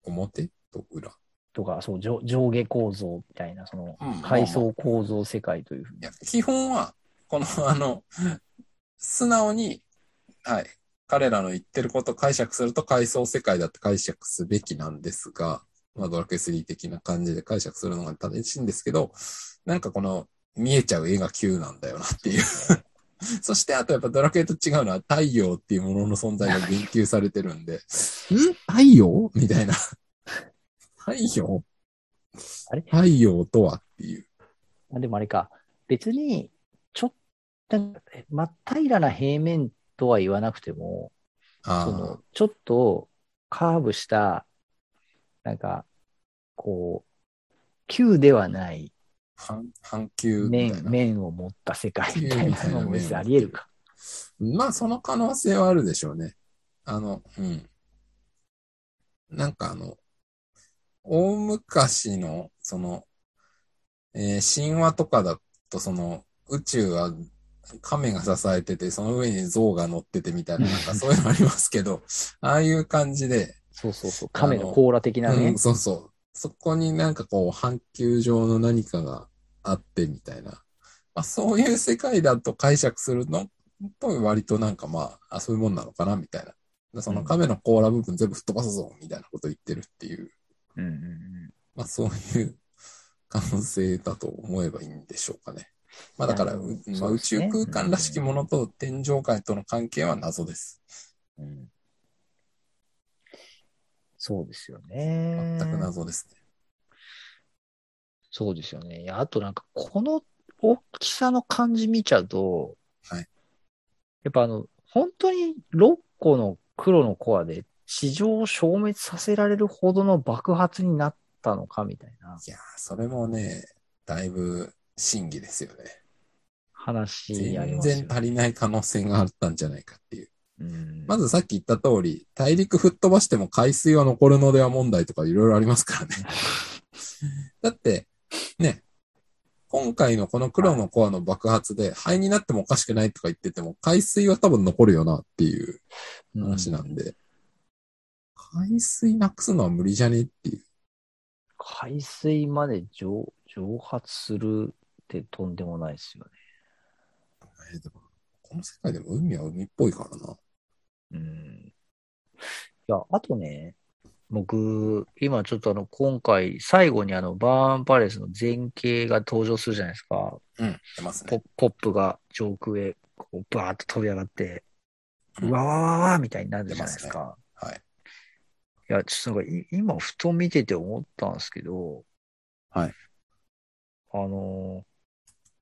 表と裏。い
とか、そう、上上下構造みたいな、その
うん、
階層構造世界というふうに。
や、基本は、この、 あの、素直に、はい、彼らの言ってることを解釈すると階層世界だって解釈すべきなんですが、まあ、ドラクエ3的な感じで解釈するのが正しいんですけど、なんかこの、見えちゃう絵が急なんだよなっていう。 そして、あとやっぱドラクエと違うのは太陽っていうものの存在が言及されてるんで、ん太陽みたい な。太陽
あれ
太陽とはっていう。
あでもあれか、別に、ちょっと、まっ平らな平面とは言わなくても、
あ
そ
ー
の、ちょっとカーブした、なんか、こう、球ではない
半半球みたい
面、
な。
面を持った世界みたいなのも
球み
別
たいな面を持って
に
る
あり得るか。
まあ、その可能性はあるでしょうね。あの、うん。なんかあの、大昔の、その、えー神話とかだと、その、宇宙は亀が支えてて、その上に象が乗っててみたいな、なんかそういうのありますけど、ああいう感じで、
そうそうそう、亀の甲羅的な
う
ね
ん、。そうそう。そこになんかこう、半球状の何かがあってみたいな。まあ、そういう世界だと解釈するのと、割となんかまあ、あそういうもんなのかな、みたいな。その亀の甲羅部分全部吹っ飛ばすぞ、みたいなこと言ってるっていう。
うんうんうん
まあ、そういう可能性だと思えばいいんでしょうかね。まあ、だから、
なるほど
うまあ、
そう
宇
です
宙
ね
空間らしきものと天上界との関係は謎です。
うんそうですよ
全
ね。
く謎ですね。
そうですよね。いや、あとなんか、この大きさの感じ見ちゃうと、
はい
やっぱあの、本当に6個の黒のコアで地上を消滅させられるほどの爆発になったのかみたいない
やー、それもね、だいぶ真偽ですよね。
話あり
全
ますよ
然
ね。
足りない可能性があったんじゃないかっていう。
うん
まずさっき言った通り、大陸吹っ飛ばしても海水は残るのでは問題とかいろいろあります からね。だって、ね、今回のこの黒のコアの爆発で灰になってもおかしくないとか言ってても、海水は多分残るよなっていう話な
うん
んで、海水なくすのは無理じゃねっていう。
海水まで蒸蒸発するってとんでもないですよね。
えーでもこの世界でも海は海っぽいからな。
うんいや、あとね、僕、今ちょっとあの、今回、最後にあの、バーンパレスの前景が登場するじゃないですか。
うん、出ます
ポ
ね。
ポップが上空へ、こう、バーッと飛び上がって、
うん
うわわわわみたいになるじゃないです
出
か。
はい。
いや、ちょっとなんか、い今、ふと見てて思ったんですけど、
はい。
あのー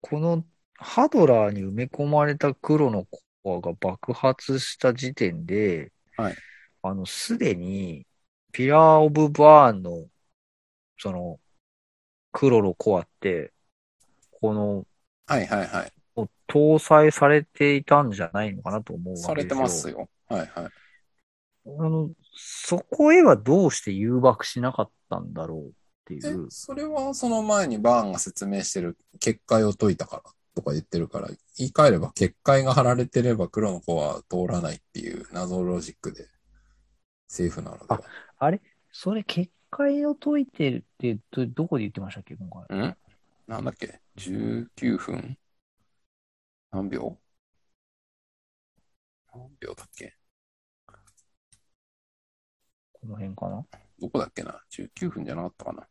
この、ハドラーに埋め込まれた黒のコアが爆発した時点で、
はい
あの、すでに、ピラー・オブ・バーンの、その、黒のコアって、この、
はいはいはい。
もう搭載されていたんじゃないのかなと思うわけです
さ
よ。
れてますよ。はいはい。
あの、そこへはどうして誘爆しなかったんだろうってい
え
う。、
それはその前にバーンが説明してる結界を解いたからとか言ってるから、言い換えれば結界が張られてれば黒の子は通らないっていう謎ロジックでセーフなのでは。
それ、結界を解いてるってど、どこで言ってましたっけ、今回。
んなんだっけ ?19 分何秒何秒だっけ
この辺かな。
どこだっけな ?19 分じゃなかったかな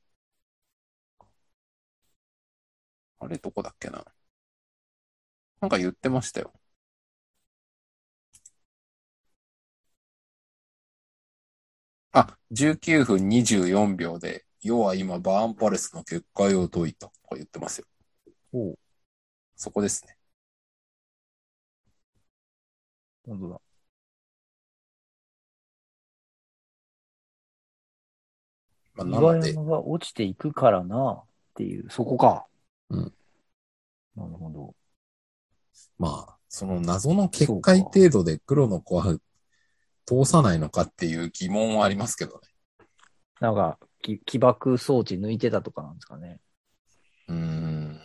あれどこだっけななんか言ってましたよ。あ、19分24秒で、要は今、バーンパレスの結界を解いたとか言ってますよ。
おう、
そこですね。
本当だ。
まあ、な
岩
ので、
山が落ちていくからな、っていう、そこか。
うん。
なるほど。
まあ、その謎の結界程度で黒の子は通さないのかっていう疑問はありますけどね。
なんか、き起爆装置抜いてたとかなんですかね。
うーん。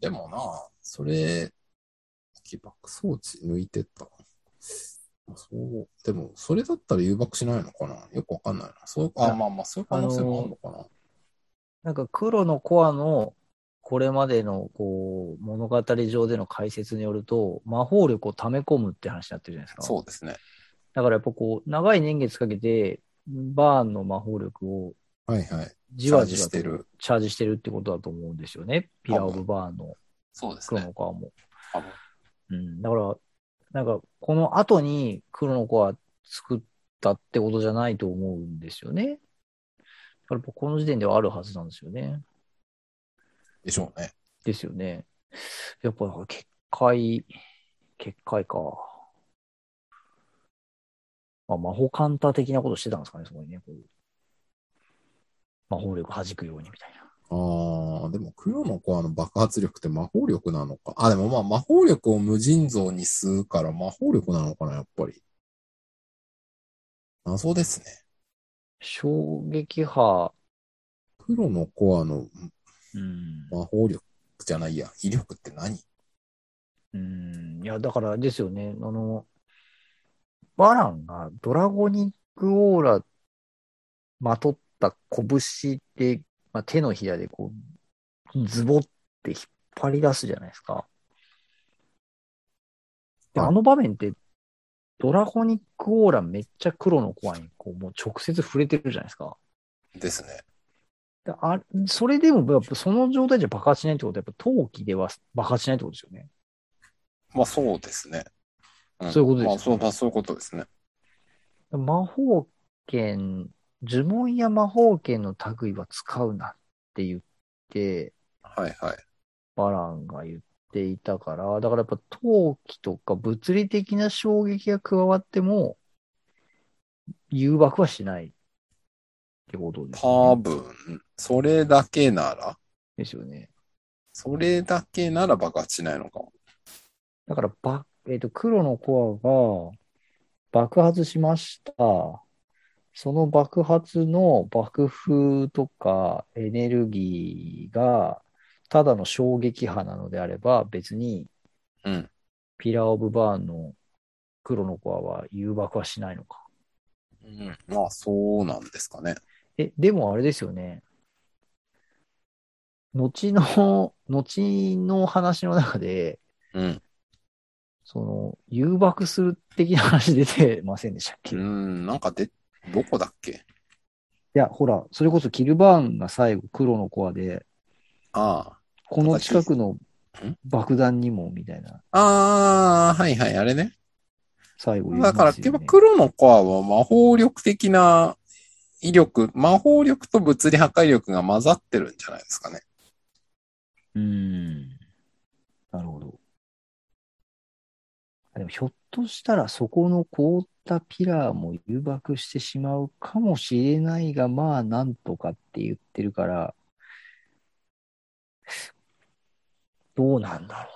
でもな、それ、起爆装置抜いてった。そう、でも、それだったら誘爆しないのかなよくわかんないな。そう、
い
あ、
や
まあまあ、そういう可能性もあるのかな。
なんか黒のコアのこれまでのこう物語上での解説によると、魔法力を溜め込むって話になってるじゃないですか。
そうですね。
だからやっぱこう、長い年月かけて、バーンの魔法力を
はいはい。
じわじ
チャージ
わ
し
と
てる。
チャージしてるってことだと思うんですよね。ピラー・オブ・バーンの
そうです
黒。のコアも。
多分
うん、だから、なんか、この後に黒の子は作ったってことじゃないと思うんですよね。だからやっぱこの時点ではあるはずなんですよね。
でしょうね。
ですよね。やっぱ、結界、結界か。まあ、魔法カウンター的なことしてたんですかね、そこにね。こう魔法力弾くようにみたいな。
ああ、でも黒のコアの爆発力って魔法力なのか。あ、でもまあ魔法力を無尽蔵に吸うから魔法力なのかな、やっぱり。謎ですね。
衝撃波、
黒のコアの
うん。
魔法力じゃないや、威力って何
うん、いや、だからですよね、あの、バランがドラゴニックオーラまとった拳で、まあ、手のひらでこう、ズボって引っ張り出すじゃないですか。で、
はい
あの場面って、ドラゴニックオーラめっちゃ黒のコアにこう、もう直接触れてるじゃないですか。
ですね。
であ、それでも、やっぱその状態じゃ爆発しないってことは、やっぱ陶器では爆発しないってことですよね。
まあそうですね。ん
そういうことですよね
まあそう、まあそういうことですね。
魔法剣、呪文や魔法剣の類は使うなって言って、
はいはい。
バランが言っていたから、だからやっぱ陶器とか物理的な衝撃が加わっても、誘爆はしないってことです
多
よね。
分、それだけなら、
ですよね。
それだけなら爆発しないのかも。
だからば、えっと、黒のコアが爆発しました。その爆発の爆風とかエネルギーがただの衝撃波なのであれば別に
うん。
ピラー・オブ・バーンの黒のコアは誘爆はしないのか。
うん、まあそうなんですかね。
え、でもあれですよね。後の、後の話の中で、
うん。
その、誘爆する的な話出てませんでしたっけ
うん、なんかで、どこだっけ
いや、ほら、それこそキルバーンが最後黒のコアで、
ああ。
この近くの
ん
爆弾にも、みたいな、
ああ、はいはい、あれね。
最後言い
だから、
ます
結
よ
局
ね。
黒のコアは魔法力的な威力、魔法力と物理破壊力が混ざってるんじゃないですかね。
うーん。なるほど。あでも、ひょっとしたらそこの凍ったピラーも誘爆してしまうかもしれないが、まあ、なんとかって言ってるから、どうなんだろう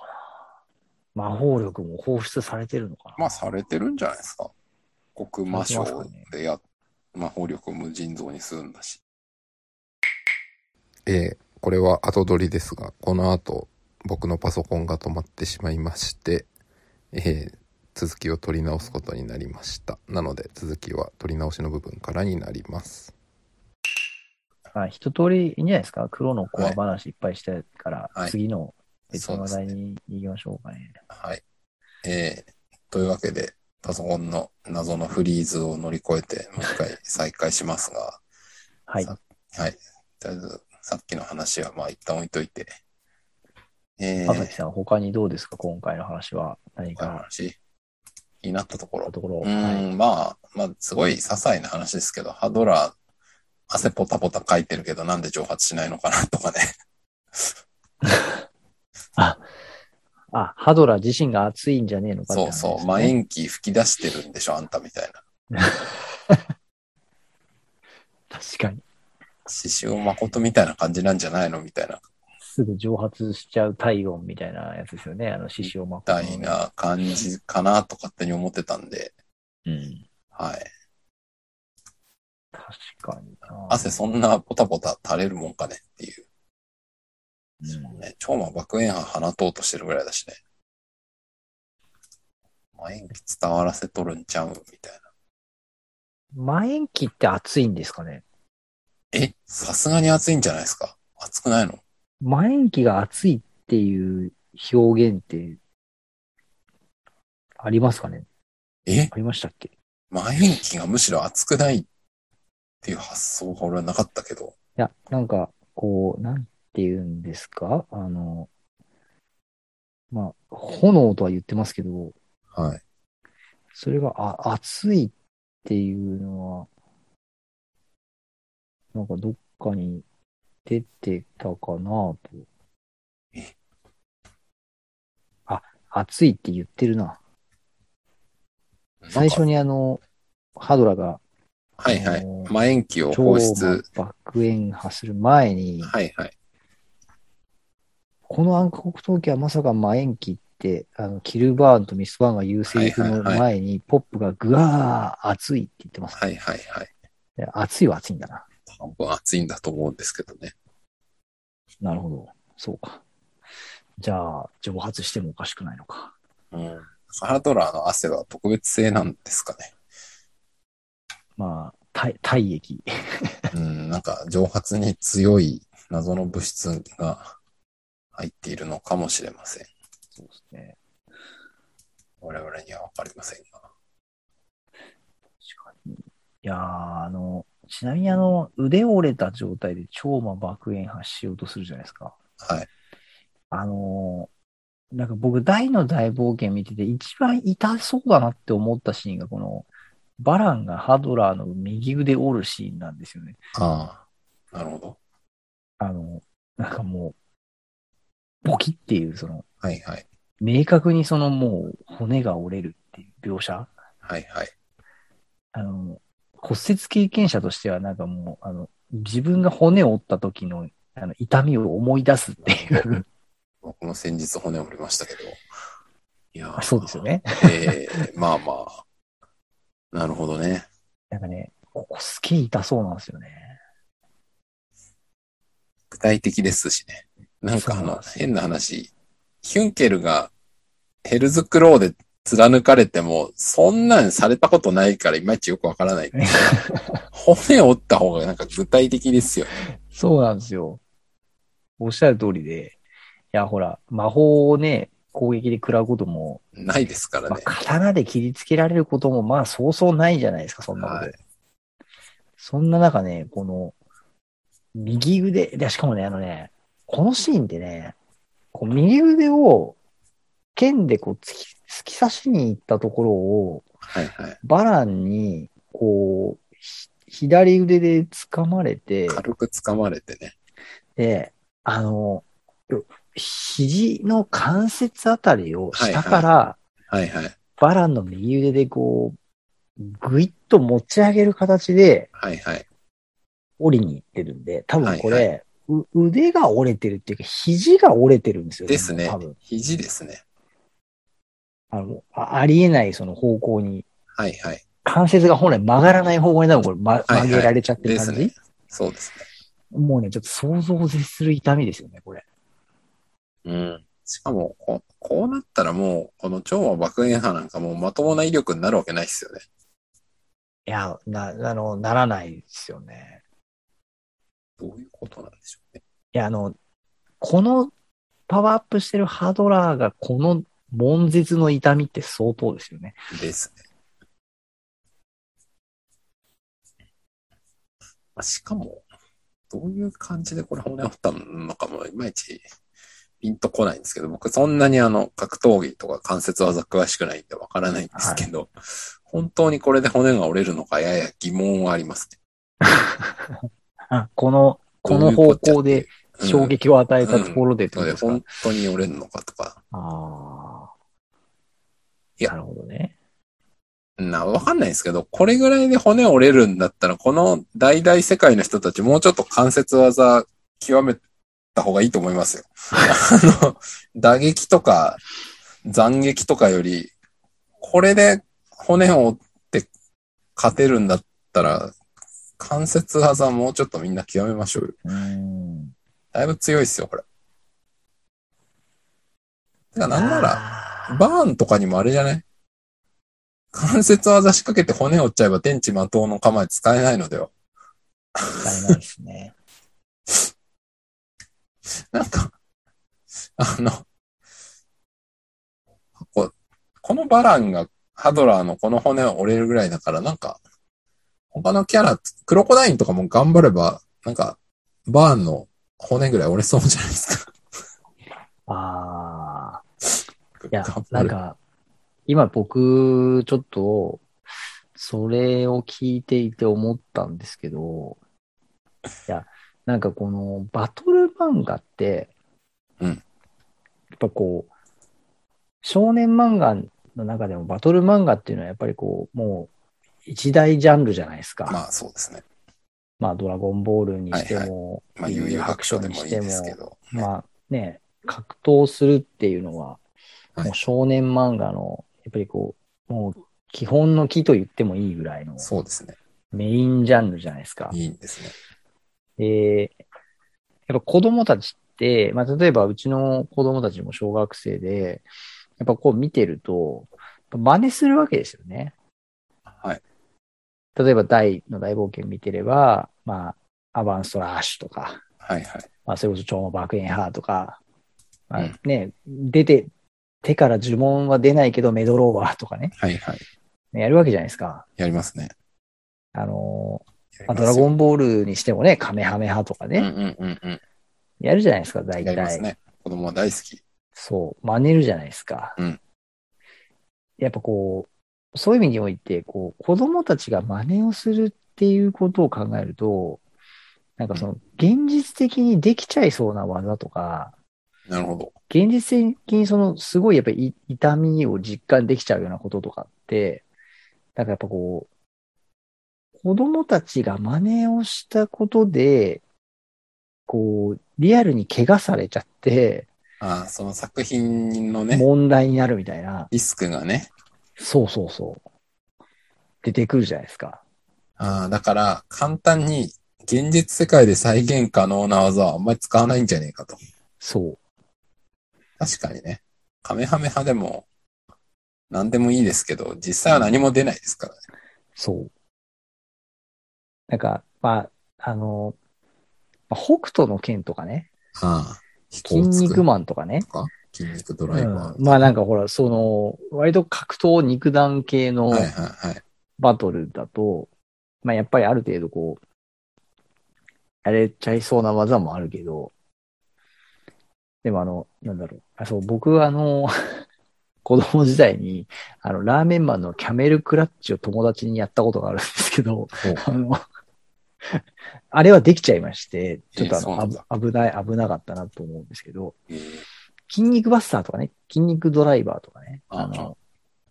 な。魔法力も放出されてるのかな。
まあ、されてるんじゃないですか。国魔省
されてます
でや、魔法力を無尽蔵にするんだし。えーこれは後取りですが、この後、僕のパソコンが止まってしまいまして、えー続きを取り直すことになりました。なので、続きは取り直しの部分からになります。
まあ、一通りいいんじゃないですか。黒のコア話いっぱいしてから、
はい
次の別の
そうですね
話題に行きましょうかね。
はい。えーというわけで、パソコンの謎のフリーズを乗り越えて、もう一回再開しますが、
はい。
さはい。とりあえず、さっきの話は、まあ、一旦置いといて。えー、
朝日さん、他にどうですか今回の話は。何
他の
か、
話、気になったところ。
ところ。
う
はい。
ーん、まあ、まあ、すごい些細な話ですけど、ハドラー、汗ポタポタかいてるけど、なんで蒸発しないのかなとか ね。
あ、ハドラ自身が熱いんじゃねえのかって
そう
話ですね
そう。まあ、塩気吹き出してるんでしょ、あんたみたいな。
確かに。
獅子王誠みたいな感じなんじゃないのみたいな
すぐ蒸発しちゃう体温みたいなやつですよね。あの、獅子を巻く
みたいな感じかなと勝手に思ってたんで、
うん。
はい。
確かにな。
汗そんなポタポタ垂れるもんかねっていう。
うん
ね、超魔爆炎波放とうとしてるぐらいだしね。まあ、延期伝わらせとるんちゃうみたい
前延期って暑いんですかね
な。え、さすがに暑いんじゃないですか暑くないの
前延期が暑いっていう表現って、ありますかね
え
ありましたっけい
前延期がむしろ暑くないっていう発想が俺はなかったけど。
や、なんか、こう、なんて言うんですかあの、まあ、炎とは言ってますけど、
はい。
それが、あ、暑いっていうのは、なんかどっかに出てたかなと。
え
あ、暑いって言ってるな。最初
に。
にあの、ハドラが
はいはい
あの。
前延期を
超
放出。
爆炎破する前に、
はいはい。
この暗黒闘記はまさか魔延期って、あの、キルバーンとミスバーンが言うセリフの
はいはい
前に、ポップがぐわー暑いって言ってます。
はいはいはい。
いや暑いは暑いんだな。
多分暑いんだと思うんですけどね。
なるほど。そうか。じゃあ、蒸発してもおかしくないのか。
うん。サハドラーの汗は特別性なんですかね。
まあ、体体液。
うん、なんか蒸発に強い謎の物質が入っているのかもしれません。
そうですね。
我々にはわかりませんが。
確かに。いやーあの、ちなみにあの、腕折れた状態で超魔爆炎発しようとするじゃないですか。
はい。
あのーなんか僕、大の大冒険見てて、一番痛そうだなって思ったシーンが、この、バランがハドラーの右腕折るシーンなんですよね。
ああ、なるほど。
あの、なんかもう、ボキっていう、その、
はいはい。
明確にそのもう骨が折れるっていう描写。
はいはい。
あの、骨折経験者としてはなんかもう、あの、自分が骨を折った時のあの痛みを思い出すっていう。
僕も先日骨折りましたけど。いやー
あそうですよ。ね。
ええまあまあ。なるほどね。
なんかね、ここすげえ痛そうなんですよね。
具体的ですしね。なんかあ
そうなん
の、
ですよ
変な話、ヒュンケルがヘルズクローで貫かれても、そんなんされたことないからいまいちよくわからない。 骨折った方がなんか具体的ですよね。
そうなんですよ。おっしゃる通りで、いや、ほら、魔法をね、攻撃で食らうことも、
ないですから
まあ
ね。
刀で切りつけられることも、まあ、そうそうないじゃないですか、そんなこと。
はい
そんな中ね、この、右腕、で、しかもね、あのね、このシーンでね、こう右腕を剣でこう突き、突き刺しに行ったところを、
はいはい。
バランに、こう、ひ左腕で掴まれて、
軽く掴まれてね。
で、あの、よ肘の関節あたりを下から、
はいはい。
バランの右腕でこう、ぐいっと持ち上げる形で
はいはい。
折りに行ってるんで、多分これ、
はい
う腕が折れてるっていうか、肘が折れてるんですよ。
ですね
多分。
肘ですね。
あのあありえないその方向に、
はいはい。
関節が本来曲がらない方向に多分これ、ま、
はいはい
曲げられちゃってる
で
感じ、
すね。そうですね。
もうね、ちょっと想像を絶する痛みですよね、これ。
うん。しかもこ、こうなったらもう、この超は爆炎派なんかもうまともな威力になるわけないですよね。
いや、な、あの、ならないですよね。
どういうことなんでしょうね。
いや、あの、このパワーアップしてるハドラーがこの悶絶の痛みって相当ですよね。
ですね。まあ、しかも、どういう感じでこれ骨折ったのかもいまいちピンとこないんですけど、僕そんなにあの格闘技とか関節技詳しくないんでわからないんですけど、本当にこれで骨が折れるのかやや疑問はありますね。
あこの、こ
どう
の
い
方
うこっちゃ
向
っていう
で衝撃を与えたところでって
な
こ
の
と
で
ですか、
本当に折れるのかとか、
あ
い
あ。
や
なるほどね。
な、わかんないですけど、これぐらいで骨折れるんだったら、この大々世界の人たちもうちょっと関節技極めった方がいいと思いますよ。あの、打撃とか、斬撃とかより、これで骨を折って勝てるんだったら、関節技もうちょっとみんな極めましょうよ。
うん。
だいぶ強いっすよ、これ。てか、なんなら、
ら
バーンとかにもあれじゃない関節技仕掛けて骨折っちゃえば天地魔刀の構え使えないのでは
使えないですね。
なんか、あの、ここのバランがハドラーのこの骨を折れるぐらいだから、なんか、他のキャラ、クロコダインとかも頑張れば、なんか、バーンの骨ぐらい折れそうじゃないですか。
ああ。いや
頑、張
なん
る
か、今僕、ちょっと、それを聞いていて思ったんですけど、いや、なんかこのバトル漫画って、
うん
やっぱこう、少年漫画の中でもバトル漫画っていうのはやっぱりこう、もう一大ジャンルじゃないですか。
まあ、そうですね。
まあ、ドラゴンボールにして
はい
も、
まあ、悠々白書でもいいですけど。
まあね、格闘するっていうのは、
はい
もう少年漫画の、やっぱりこう、もう基本の木と言ってもいいぐらいの
そうですね。
メインジャンルじゃないですか。
いいんですね。
で、やっぱ子供たちって、まあ例えばうちの子供たちも小学生で、やっぱこう見てると、真似するわけですよね。
はい。
例えば大の大冒険見てれば、まあ、アバンストラッシュとか、
はいはい。
まあ、それこそ超魔爆炎派とか、ま
う
あ
ん、
ね、出て、手から呪文は出ないけどメドローバーとかね、
はいはい。
やるわけじゃないですか。
やりますね。
あのー、
や
まあ
り
ド
ま
ラ
すよ
ゴンボールにしてもね、カメハメ派とかね、
うんうんうんうん。
やるじゃないですか、大
やります
体。
ね。子供は大好き。
そう、真似るじゃないですか。
うん
やっぱこう、そういう意味において、こう、子供たちが真似をするっていうことを考えると、なんかその、現実的にできちゃいそうな技とか、
なるほど。
現実的にそのすごいやっぱりい痛みを実感できちゃうようなこととかって、なんかやっぱこう、子供たちが真似をしたことで、こう、リアルに怪我されちゃって、
ああ、その作品のね、
問題になるみたいな、
リスクがね。
そうそうそう。出てくるじゃないですか。
ああ、だから、簡単に、現実世界で再現可能な技はあんまり使わないんじゃねえかと。
そう。
確かにね。カメハメ派でも、何でもいいですけど、実際は何も出ないですからね。
そう。なんか、まあ、あの、まあ北斗の剣とかね、
ああ、飛
筋
行つ
肉
く
マンとかね、
とか、筋肉ドライバー。
うんまあなんかほら、その、割と格闘肉弾系の
はいはいはい。
バトルだと、まあやっぱりある程度こう、やれちゃいそうな技もあるけど、でもあの、なんだろう、あそう、僕はあの、 子供時代に、あの、ラーメンマンのキャメルクラッチを友達にやったことがあるんですけど、
そう
あの、 あれはできちゃいまして、ちょっとあ
ええそうなん
の
だ、
あぶ危ない、危なかったなと思うんですけど、
えー
筋肉バスターとかね、筋肉ドライバーとかね、
あ
あの、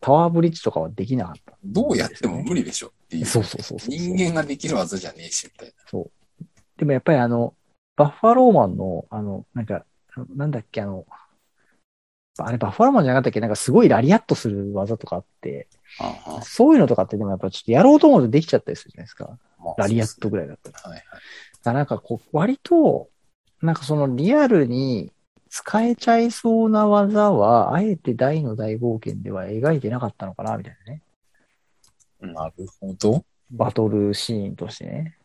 パワーブリッジとかはできなかった。
どうやっても無理でしょっていう。
そうそうそうそう。
人間ができる技じゃねえし、みたい
でもやっぱりあの、バッファローマンの、あの、なんか、なんだっけ、あの、あれバッファローマンじゃなかったっけなんかすごいラリアットする技とかあって、
な。ああ
そういうのとかってでもやっぱちょっとやろうと思うとできちゃったりするじゃないですか。
まあ
ラリアットぐらいだったら。だか
はいはい。
らなんかこう、割と、なんかそのリアルに使えちゃいそうな技は、あえて大の大冒険では描いてなかったのかな、みたいなね。
なるほど。
バトルシーンとしてね。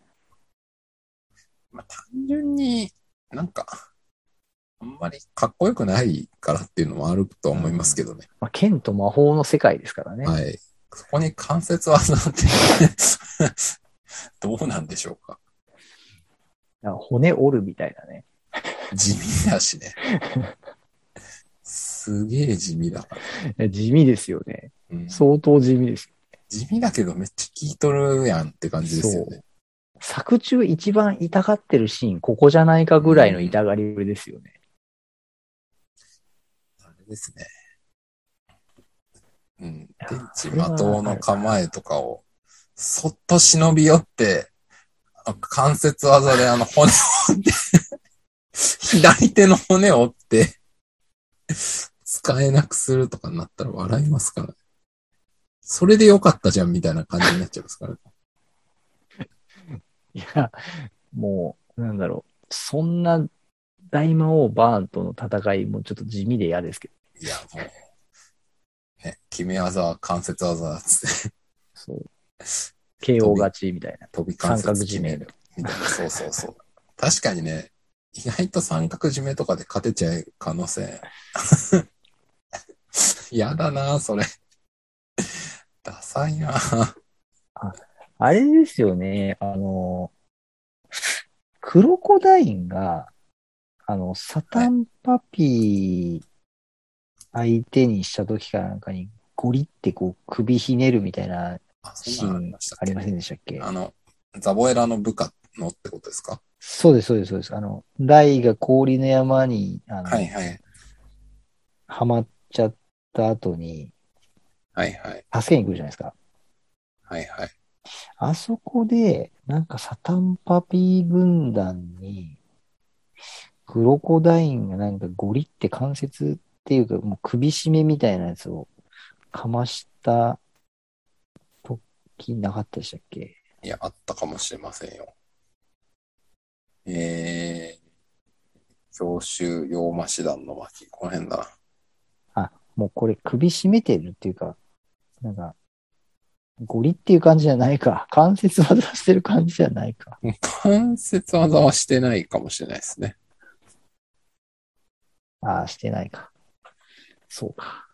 まあ、単純になんか、あんまりかっこよくないからっていうのもあるとは思いますけどね。
まあ、剣と魔法の世界ですからね。
はい。そこに関節技ってどうなんでしょうか。
なんか骨折るみたいなね。
地味だしね。すげえ地味だから。
いや地味ですよね。
うん
相当地味です。
地味だけどめっちゃ効いとるやんって感じですよね。
作中一番痛がってるシーン、ここじゃないかぐらいの痛がりぶりですよね。
あれですね。うん。
や
天地
それは
魔刀の構えとかを、そっと忍び寄って、あ関節技であの骨を折って、 左手の骨を折って、使えなくするとかになったら笑いますから。それでよかったじゃんみたいな感じになっちゃいますから。
いや、もう、なんだろう。そんな大魔王バーンとの戦いもちょっと地味で嫌ですけど。
いや、もう、ね、決め技は関節技だっつって、
そう。KO 勝ちみたいな。
飛び関節決め
三角
る。みたいな。そうそうそう。 確かにね、意外と三角締めとかで勝てちゃう可能性。 やだなそれ。ダサいな
あれですよね、あの、クロコダインが、あの、サタンパピー相手にした時かなんかに、ゴリってこう首ひねるみたいな
あ、
シ
そ
ー
んなのありま
ン
したっ
あ
け
りませんでしたっけ
あの、ザボエラの部下のってことですか
そうです、そうです、そうです。あの、大が氷の山に、あの、
はいはい。
はまっちゃった後に、
はいはい。
助けに来るじゃないですか。
はいはい。
あそこで、なんかサタンパピー軍団に、クロコダインがなんかゴリって関節っていうか、もう首絞めみたいなやつをかました時なかったでしたっけ
いや、あったかもしれませんよ。えー、教習用魔師団の巻、この辺だな。
あ、もうこれ首絞めてるっていうか、なんか、ゴリっていう感じじゃないか。 関節技してる感じじゃないか。
関節技はしてないかもしれないですね。
ああ、してないか。そうか。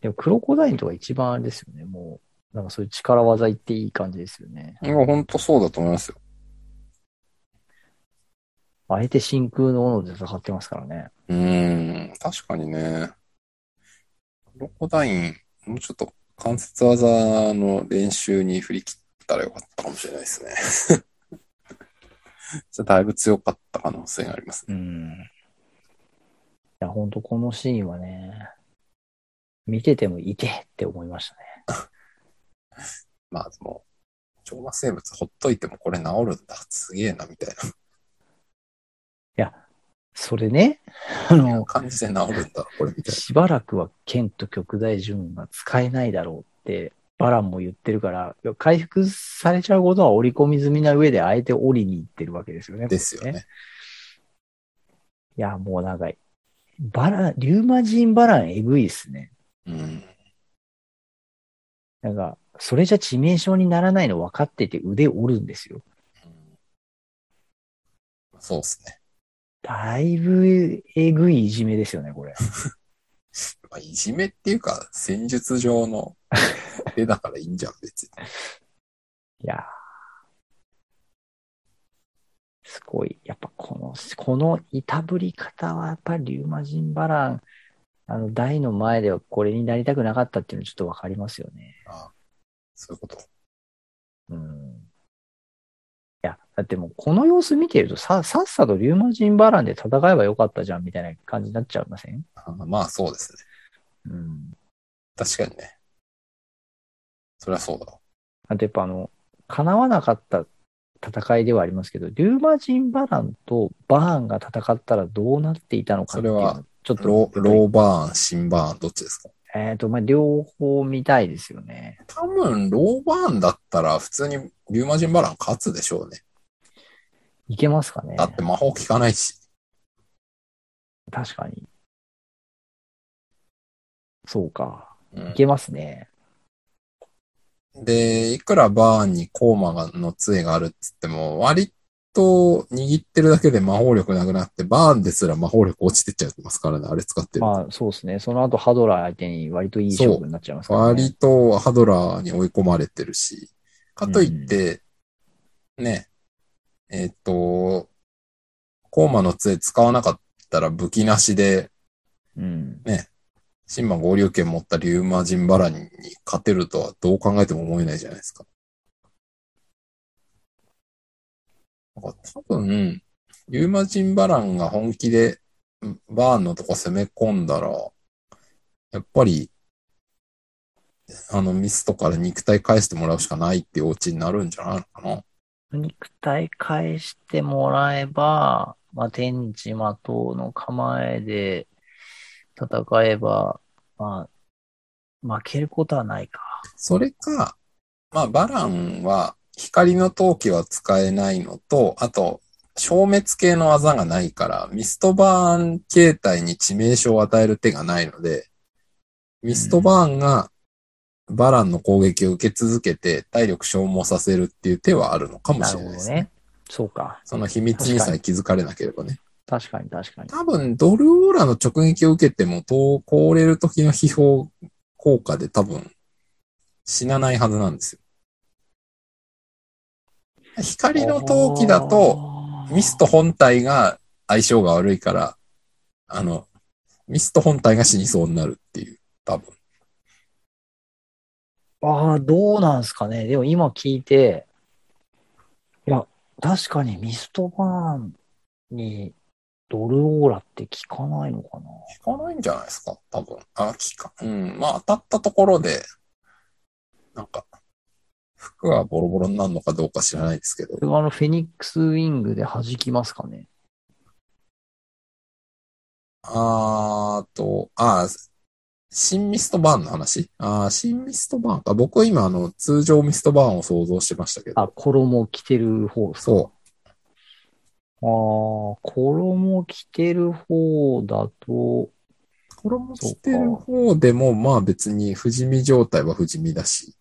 でも、クロコダインとか一番あれですよね。もう、なんかそういう力技言っていい感じですよね。
いや、ほんとそうだと思いますよ。
あえて真空の斧で戦ってますからね。
うーん、確かにね。クロコダイン、もうちょっと関節技の練習に振り切ったらよかったかもしれないですね。 じゃあだいぶ強かった可能性がありますね。
うん。いや、ほんとこのシーンはね、見ててもいてって思いましたね。
まあでも、超魔生物ほっといてもこれ治るんだ。すげえな、みたい
それね、あ
な
の、
感じで治るんだ。これみたい
しばらくは剣と極大呪文が使えないだろうって、バランも言ってるから、いや回復されちゃうことは織り込み済みな上で、あえて織りに行ってるわけですよね。
な。ですよね。
いや、もうなんか、バラン、リューマジンバランえぐいっすね。
うん。
なんか、それじゃ致命傷にならないの分かってて腕折るんですよ。
そうですね。
だいぶえぐいいじめですよね、これ。
まあ、いじめっていうか、戦術上 の手だからいいんじゃん、別に。
いやーすごい。やっぱこの、このいたぶり方は、やっぱりリューマジンバラン、あの、大の前ではこれになりたくなかったっていうのちょっとわかりますよね。
ああそういうこと。
うん。いや、だってもうこの様子見てるとさ、さっさとリューマジンバランで戦えばよかったじゃんみたいな感じになっちゃいません
ああまあ、そうですね。
うん。
確かにね。それはそうだわ。
あとやっぱあの、叶わなかった戦いではありますけど、リューマジン・バランとバーンが戦ったらどうなっていたのかっていう
そ
の
れ
は、ちょっと、
ロー、ローバーン、シンバーン、どっちですか
えっ、と、まあ、両方見たいですよね。
多分、ローバーンだったら、普通にリューマジンバラン勝つでしょうね。
いけますかね
だって魔法効かないし。
確かに。そうか。
うん
いけますね。
で、いくらバーンにコーマがの杖があるって言っても、割と握ってるだけで魔法力なくなって、バーンですら魔法力落ちてっちゃいますからね、あれ使ってると。
まあ、そうですね。その後、ハドラー相手に割といい勝負になっちゃいますから、ね。
割とハドラーに追い込まれてるし、かといって、ね、えーっと、コーマの杖使わなかったら武器なしで、
うん。
シンマ合流拳持ったリューマジンバランに勝てるとはどう考えても思えないじゃないですか。なんか多分、リューマジンバランが本気でんバーンのとこ攻め込んだら、やっぱり、あのミストから肉体返してもらうしかないっていうオチになるんじゃないのかな。
肉体返してもらえば、まあ、天地まとうの構えで戦えば、まあ、負けることはないか。
それか、まあ、バランは光の陶器は使えないのと、あと、消滅系の技がないから、ミストバーン形態に致命傷を与える手がないので、ミストバーンがバランの攻撃を受け続けて体力消耗させるっていう手はあるのかも
な
し
る
れ
ほ
ない
ど
ですね。
ね。そうか。
その秘密にさえ気づかれなければね。
確かに確かに。
多分、ドルオーラの直撃を受けても、通れる時の秘宝効果で多分、死なないはずなんですよ。光の陶器だと、
あー、
ミスト本体が相性が悪いから、あの、ミスト本体が死にそうになるっていう、多分。
ああ、どうなんすかね。でも今聞いて、いや、確かにミストバーンにドルオーラって効かないのかな。
効かないんじゃないですか、多分。あ、効か。うん。まあ、当たったところで、なんか、服はボロボロになるのかどうか知らないですけど
こ、れはあのフェニックスウィングで弾きますかね。
あーと、あー、新ミストバーンの話あー、新ミストバーンか。僕は今、あの、通常ミストバーンを想像してましたけど。
あ、衣を着てる方ですか。
そ
ああ、衣を着てる方だと、
う。衣着てる方でも、まあ別に不死身状態は不死身だし。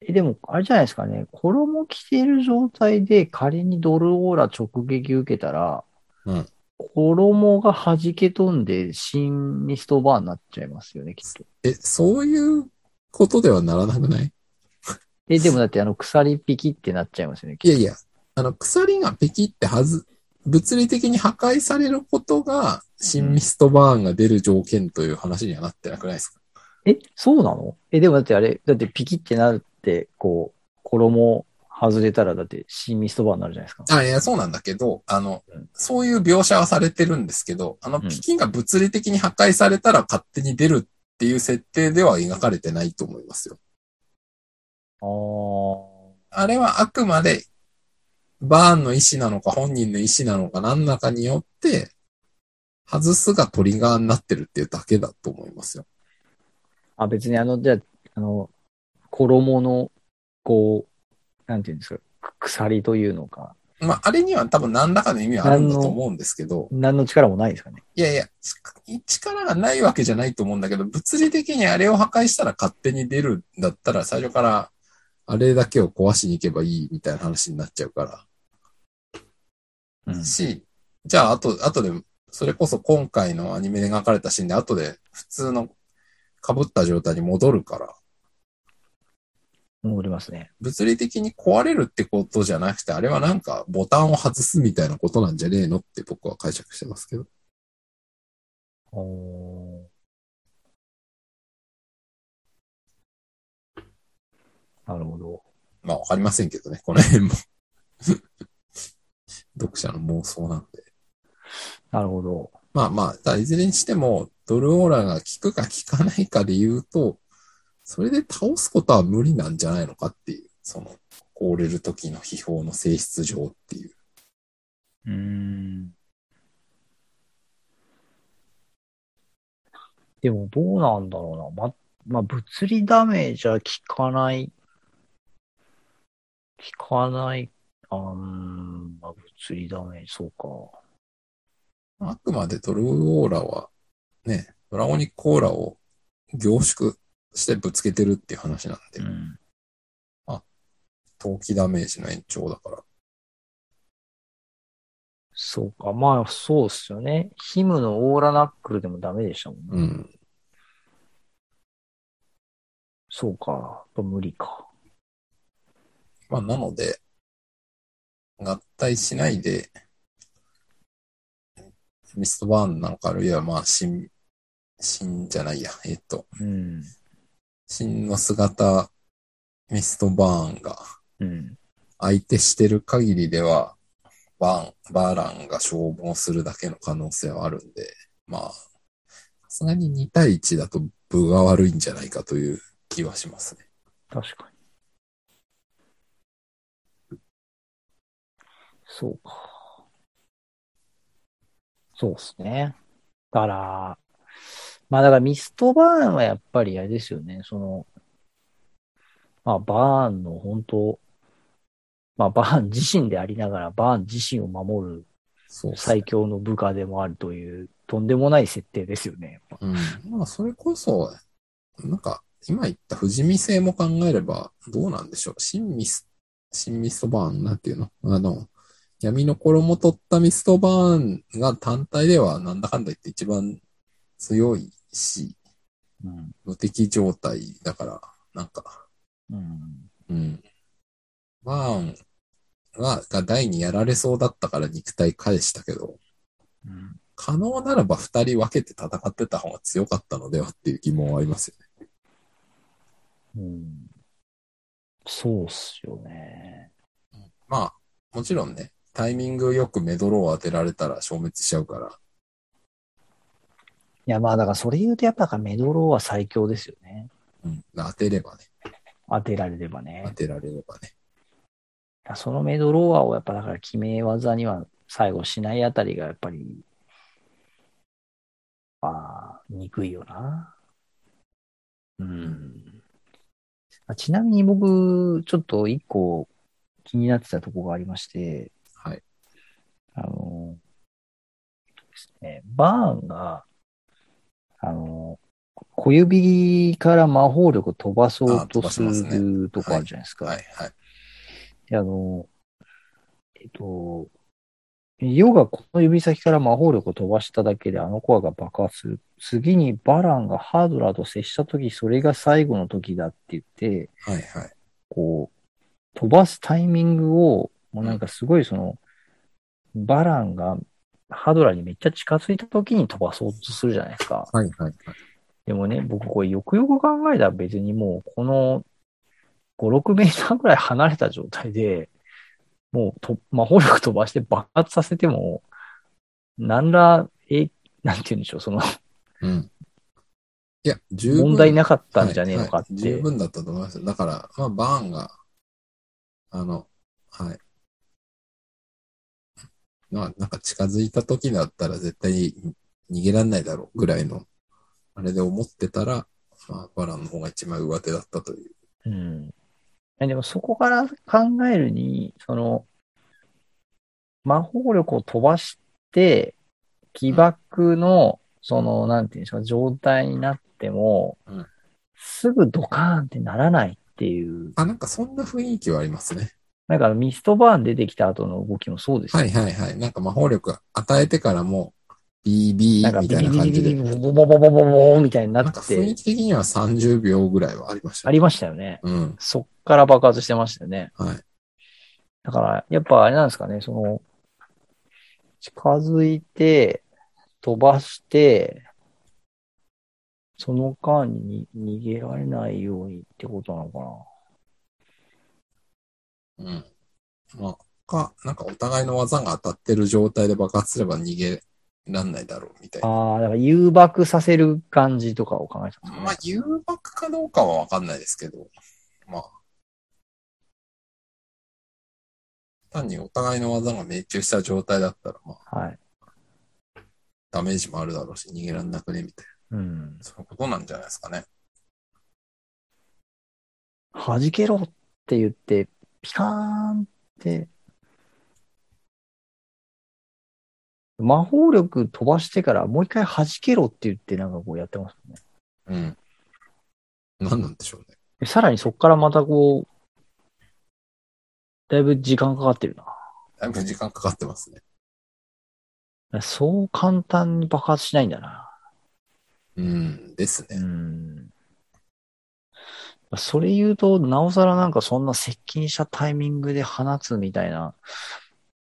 え、でも、あれじゃないですかね。衣着てる状態で仮にドルオーラ直撃受けたら、
うん
衣が弾け飛んで、新ミストバーンになっちゃいますよね、きっと。
え、そういうことではならなくない
え、でもだって、あの、鎖ピキってなっちゃいますよね、き
い
っ
やいや、あの、鎖がペキってはず、物理的に破壊されることが、新ミストバーンが出る条件という話にはなってなくないですか
と。え、そうなのえ、でもだってあれ、だってピキってなるって、こう、衣外れたら、だって新ミストバーンになるじゃないですか。
あ、いや、そうなんだけど、あの
うん、
そういう描写はされてるんですけど、あの、
うん
ピキが物理的に破壊されたら勝手に出るっていう設定では描かれてないと思いますよ。
あー。
あれはあくまで、バーンの意思なのか本人の意思なのか何らかによって、外すがトリガーになってるっていうだけだと思いますよ。
あ、別にあの、じゃあ、あの、衣の、こう、なんていうんですか、く鎖というのか、
まあ、あれには多分何らかの意味はあるんだと思うんですけど、
何の力もないですかね。
いやいや、ち力がないわけじゃないと思うんだけど、物理的にあれを破壊したら勝手に出るんだったら、最初からあれだけを壊しに行けばいいみたいな話になっちゃうから。
うん
し、じゃあ、あと、あとで、それこそ今回のアニメで描かれたシーンで、後で普通の被った状態に戻るから、
戻りますね。
物理的に壊れるってことじゃなくて、あれはなんかボタンを外すみたいなことなんじゃねえのって僕は解釈してますけど。
おなるほど。
まあ、わかりませんけどね、この辺も。 読者の妄想なんで。
なるほど。
まあまあ、ただいずれにしても、ドルオーラが効くか効かないかで言うと、それで倒すことは無理なんじゃないのかっていう、その、凍れる時の秘宝の性質上っていう。
うーん。でもどうなんだろうな。ま、まあ、物理ダメージは効かない。効かない。あーうーん、まあ、物理ダメージ、そうか。
あくまでドルオーラは、ね、ドラゴニックオーラを凝縮してぶつけてるっていう話なんで、
ん。
陶器ダメージの延長だから。
そうか。まあ、そうっすよね。ヒムのオーラナックルでもダメでしたもんね。
うん。
そうか。やっぱ無理か。
まあ、なので、合体しないで、ミストバーンなんかあるいはまあ、新、新じゃないや、えっと、
うん。
新の姿、ミストバーンが
うん。
相手してる限りでは、バーン、バーランが消耗するだけの可能性はあるんで、まあ、さすがに2対1だと分が悪いんじゃないかという気はしますね。
確かに。そうか。そうですね。だから、まあだからミストバーンはやっぱりあれですよね。その、まあバーンの本当、まあバーン自身でありながら、バーン自身を守
そう
る最強の部下でもあるという、とんでもない設定ですよね。やっぱ
うん。まあ、それこそ、なんか、今言った不死身性も考えれば、どうなんでしょう。新ミス、新ミストバーンなんていうのあの、闇の衣取ったミストバーンが単体ではなんだかんだ言って一番強いし、
うん。
無敵状態だから、なんか、
うん。
うん。バーンが、が第にやられそうだったから肉体返したけど、
うん
可能ならば二人分けて戦ってた方が強かったのではっていう疑問はありますよね。
うん。そうっすよね。
まあ、もちろんね、タイミングよくメドローを当てられたら消滅しちゃうから、
いやまあだからそれ言うとやっぱだからメドローは最強ですよね。
うん、当てればね、
当てられればね。
当てられればね。
そのメドローアをやっぱだから決め技には最後しないあたりがやっぱり、ああ、憎いよな。うん。あちなみに僕、ちょっと一個気になってたとこがありまして、
はい。
あの、ですね、バーンが、あの、小指から魔法力を飛ばそうと
あ飛ばし
す
ますね
るとこあるじゃないですか。
はい、はい。
で、あの、えっと、ヨがこの指先から魔法力を飛ばしただけであのコアが爆発する。次にバランがハードラーと接したとき、それが最後の時だって言って、
はい、はい。
こう、飛ばすタイミングを、もうなんかすごいその、バランがハードラーにめっちゃ近づいた時に飛ばそうとするじゃないですか。
はい、はい、はい。
でもね、僕これよくよく考えたら別にもうこの5、6メーターぐらい離れた状態で、もうと魔法力飛ばして爆発させても、何ら、え、なんて言うんでしょう、その
うん。いや、十分。
問題なかったんじゃねえのかって。
はいはい十分だったと思いますよ。だから、まあ、バーンが、あの、はい。まあ、なんか近づいた時だったら絶対に逃げられないだろうぐらいの、あれで思ってたら、まあ、バランの方が一枚上手だったという。
うん。えでもそこから考えるに、その、魔法力を飛ばして、起爆の、その、なんていうんでしょう、状態になっても、
うん
すぐドカーンってならないっていう、
あ、なんかそんな雰囲気はありますね。
なんかミストバーン出てきた後の動きもそうですよ
はいはいはい。なんか魔法力与えてからも、BB み
なんかビ
たい
ビ
な
ビ
感
ビ
じ
ビ
で。
ビボボボボボボボみたいにな
なんか
っ
雰囲
て、
気的には30秒ぐらいはありました
あ
ね。
りましたよね。
うん。
そっから爆発してましたよね。
はい。
だから、やっぱあれなんですかね、その、近づいて、飛ばして、その間にに逃げられないようにってことなのか
うん。まあ、か、なんかお互いの技が当たってる状態で爆発すれば逃げらんないだろうみたい
な。
な。
ああ、だから誘爆させる感じとかを考えてたんです
まあ、誘爆かどうかはわかんないですけど、まあ。単にお互いの技が命中した状態だったら、まあ、
かね。はい。
ダメージもあるだろうし、逃げらんなくね、みたい
うん
な。。そういうことなんじゃないですかね。
弾けろって言って、ピカーンって、魔法力飛ばしてからもう一回弾けろって言ってなんかこうやってますね。
うん。何なんでしょうね。
でさらにそこからまたこう、だいぶ時間かかってる
だいぶ時間かかってますね。
な。そう簡単に爆発しないんだな。
うん、です
う
ね。
ん。それ言うと、なおさらなんかそんな接近したタイミングで放つみたいな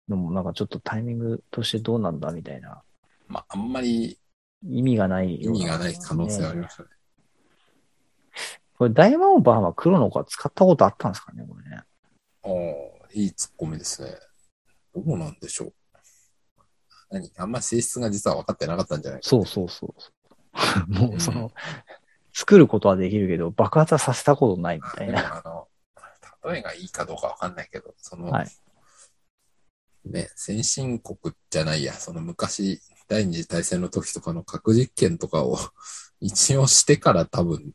のもなんかちょっとタイミングとしてどうなんだみたいな
まあ、あんまり
意味がない
意
よう
味がない可能性はあり
ね
ましたね。
これ大魔王バーンは黒の子は使ったことあったんですかねこれね。
ああ、いいツッコミですね。どうなんでしょう。何あんま性質が実は分かってなかったんじゃないか。
そうそうそうそう。 もうその、作ることはできるけど爆発はさせたことないみたい
でも
な。
あの、例えがいいかどうか分かんないけど、その、
はい
ね、先進国じゃないや、その昔、第二次大戦の時とかの核実験とかを 一応してから多分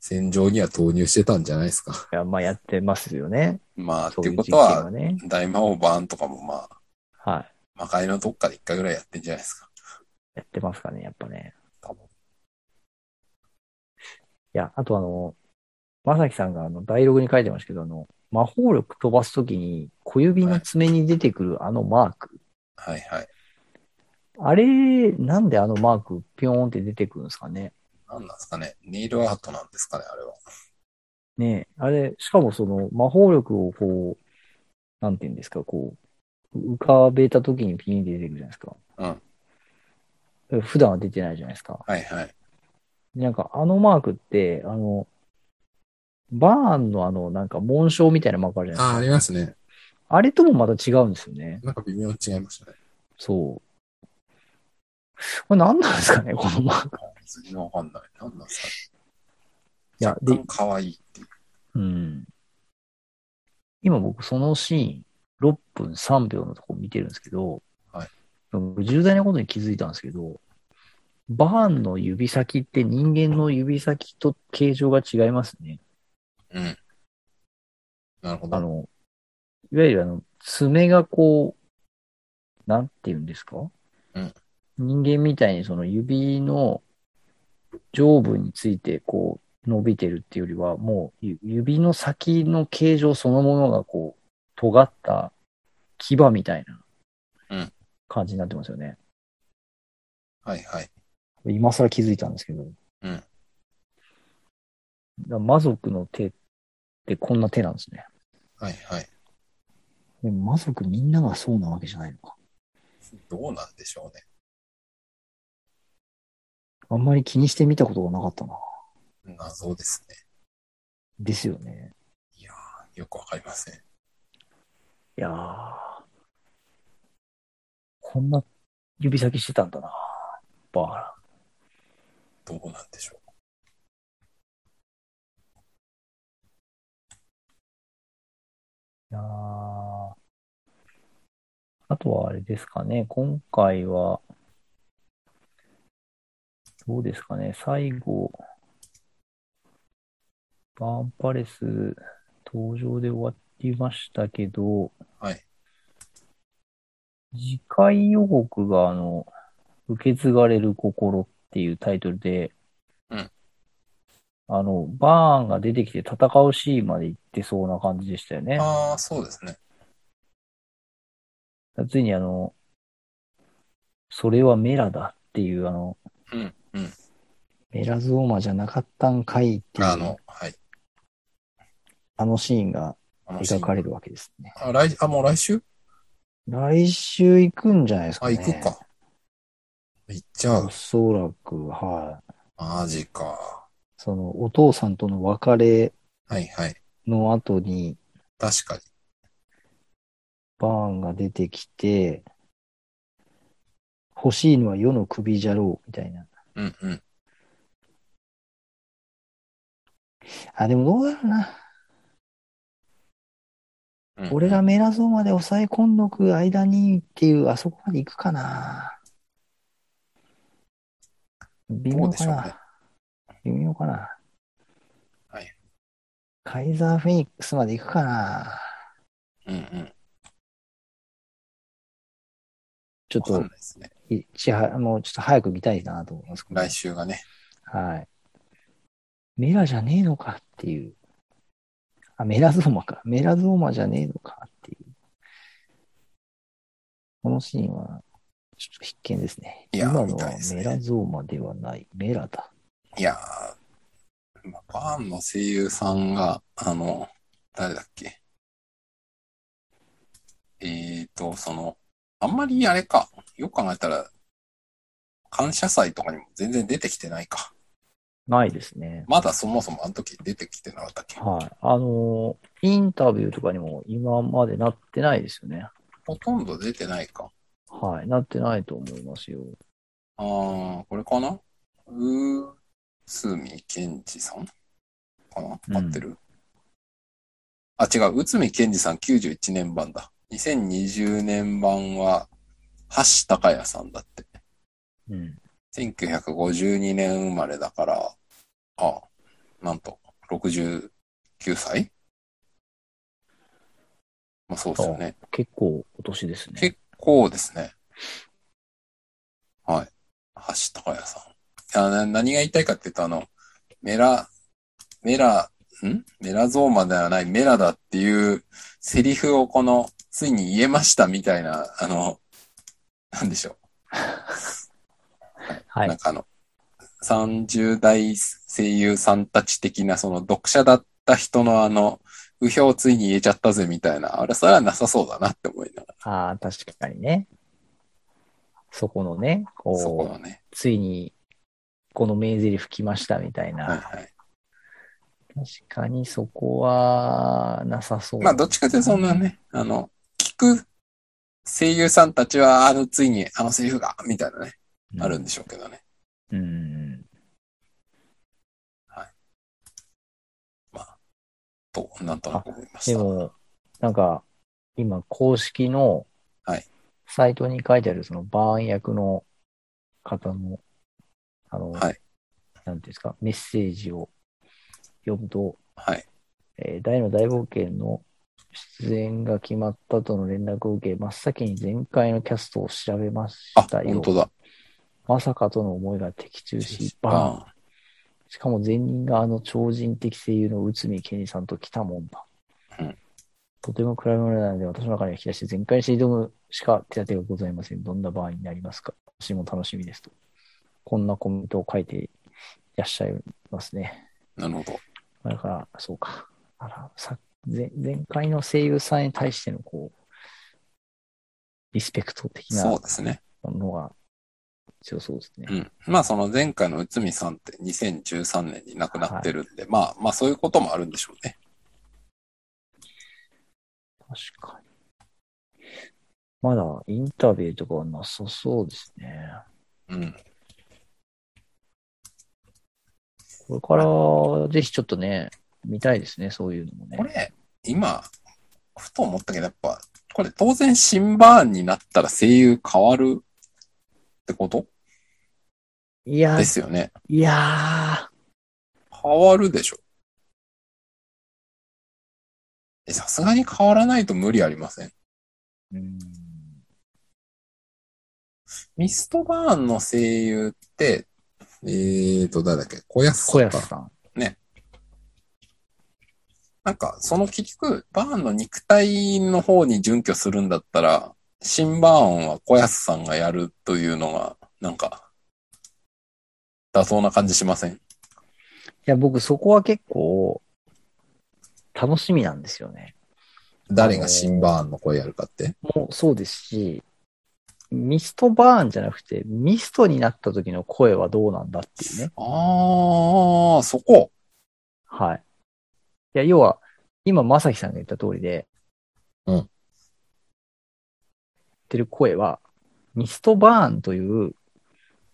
戦場には投入してたんじゃないですか。
いや、まあやってますよね。
まあ、っ
そ
て
う
い
いう
こ
う実
と
験
は
は、ね。
大魔王バーンとかもまあ、
はい。
魔界のどっかで一回ぐらいやってんじゃないですか。
やってますかね、やっぱね。
多分
いや、あとあの、まさきさんがあの、ダイログに書いてましたけど、あの、魔法力飛ばすときに小指の爪に出てくるあのマーク。
はいはい。
あれ、なんであのマークピョーンって出てくるんですかね。
なんなんですかね。ネイルアートなんですかね、あれは。
ねえ、あれ、しかもその魔法力をこう、なんていうんですか、こう、浮かべたときにピンって出てくるじゃないですか。うん。普段は出てないじゃないですか。
はいはい。
なんかあのマークって、あの、バーンのあの、なんか紋章みたいなマークあるじゃないです
ああ、ありますね。
か。あれともまた違うんですよね。
なんか微妙に違いましたね。
そう。これ何なんですかね、このマーク。
全然わかんない。なんなんですかね。
いや、
な
で
ん、か可愛いっていう。
うん。今僕そのシーン、6分3秒のとこ見てるんですけど、
はい
僕重大なことに気づいたんですけど、バーンの指先って人間の指先と形状が違いますね。
うん。なるほど。
あの、いわゆるあの、爪がこう、なんて言うんですか
うん
人間みたいにその指の上部についてこう伸びてるっていうよりは、もうゆ指の先の形状そのものがこう、尖った牙みたい
うん
な感じになってますよね。
はいはい。
今更気づいたんですけど。
うん
だから魔族の手ってこんな手なんですね。
はいはい。
でも魔族みんながそうなわけじゃないのか。
どうなんでしょ
あんまり気にしてみたことがなかったな。
うね。謎ですね。
ですよね。
いやー、よくわかりません。
いやーこんな指先してたんだな。バ
どうなんでしょう。
ーラン。いやーあとはあれですかね。今回は、どうですかね。最後、バーンパレス登場で終わりましたけど、
はい。
次回予告が、あの、受け継がれる心っていうタイトルで、
うん
あの、バーンが出てきて戦うシーンまで行ってそうな感じでしたよね。
ああ、そうですね。
ついにあの、それはメラだっていう、あの、
うんうん。
メラゾーマじゃなかったんかいっていう、
あの、はい。
あのシーンが
あのシー
描
ン
かれるわけですね。
あ、来、あ、もう来週
来週行くんじゃないですか
あ、
ね。
行くか。行っちゃ
お
う。
そらく、はい。
マジか。
その、お父さんとの別れ
はいはい。
の後に、
確かに。
バーンが出てきて、欲しいのは世の首じゃろう、みたいな。
うんうん。
あ、でもどうだろうな。
うん
俺が。メラゾーマで抑え込んどく間にっていう、あそこまで行くかな。微
どう
妙
で
か
しょう
な。
ね。
微妙かな。
はい。
カイザーフェニックスまで行くかな。
うんうん。
ちょっ
わかんな
と
い、ですね。
いちは、もうちょっと早く見たいなと思います。
来週がね。
はい。メラじゃねえのかっていう。あ、メラゾーマか。メラゾーマじゃねえのかっていう。このシーンは、ちょっと必見ですね。
いやー
今の
見た
はい
ですね
メラゾーマではない、メラだ。
いやー、まあバーンの声優さんが、あの、誰だっけ。えーと、その、あんまりあれか。よく考えたら、感謝祭とかにも全然出てきてないか。
ないですね。
まだそもそもあの時出てきてなかったっけ。
はい。あのーインタビューとかにも今までなってないですよね。
ほとんど出てないか。
はい。なってないと思いますよ。
あー、これかなうー、すみけんじさんかな合ってる、あ、違う。うつみけんじさん91年版だ。2020年版は、橋高也さんだって。
うん。
1952年生まれだから、あ、なんと、69歳まあそうですよね。
結構お年ですね。
結構ですね。はい。橋高也さん。いやな何が言いたいかっていうと、あの、メラ、メラ、んメラゾーマではないメラだっていうセリフをこの、ついに言えましたみたいな、あの、なんでしょう。
は
なん
い。
かあの、30代声優さんたち的な、その読者だった人のあの、右表をついに言えちゃったぜみたいな、あれ、それはなさそうだなって思いなが
ああ、確かにね。そこのね、
ら、そこ
こう、
のね。
ついに、この名台詞吹きましたみたい
はい
な。
はい。
確かにそこは、なさそう。
まあ、どっちかというとそんなね、あの、聞く声優さんたちは、あの、ついにあのセリフが、みたいなね、
うん
あるんでしょうけどね。
うん。
と、なんとなく思いまし
で
た。
も、なんか、今、公式の
はい
サイトに書いてある、その、バーン役の方の、あの、
はい
なんていうんですか、メッセージを読むと、
はい。
えー大の大冒険の出演が決まったとの連絡を受け、真っ先に前回のキャストを調べまし
あ、
たよ
本。当だ。
まさかとの思いが的中し、バーン。
あ
しかも前任があの超人的声優の内海健二さんと来たもんだ。
うん
とても暗いものなので、私の中には引き出して全開して挑むしか手立てがございません。どんな場合になりますか私も楽しみですと。こんなコメントを書いていらっしゃいますね。
なるほど。
だから、そうか。あらさ前前回の声優さんに対してのこう、リスペクト的
そ
な
うですね。
のが強そうですね
う。ん。まあその前回の内海さんって2013年に亡くなってるんで、まあまあそういうこともあるんでしょうね。
確かに。まだインタビューとかはなさそうですね。
うん。
これから、ぜひちょっとね、見たいですね、そういうのもね。
これ、今、ふと思ったけどやっぱ、これ当然シンバーンになったら声優変わるってこと
いや
で
ー、
すよね。
いや
変わるでしょ。えさすがに変わらないと無理ありません。
ー、うん、
ミストバーンの声優って、えーと、誰だっけ小安さん
小
か
安さん。
なんか、その結局、バーンの肉体の方に準拠するんだったら、新バーンは小安さんがやるというのが、なんか、妥当な感じしません
いや、僕そこは結構、楽しみなんですよね。
誰が新バーンの声やるかって。
もうそうですし、ミストバーンじゃなくて、ミストになった時の声はどうなんだっていうね。
あー、そこ。
はい。いや、要は、今、まさきさんが言った通りで、
うん
言ってる声は、ミストバーンという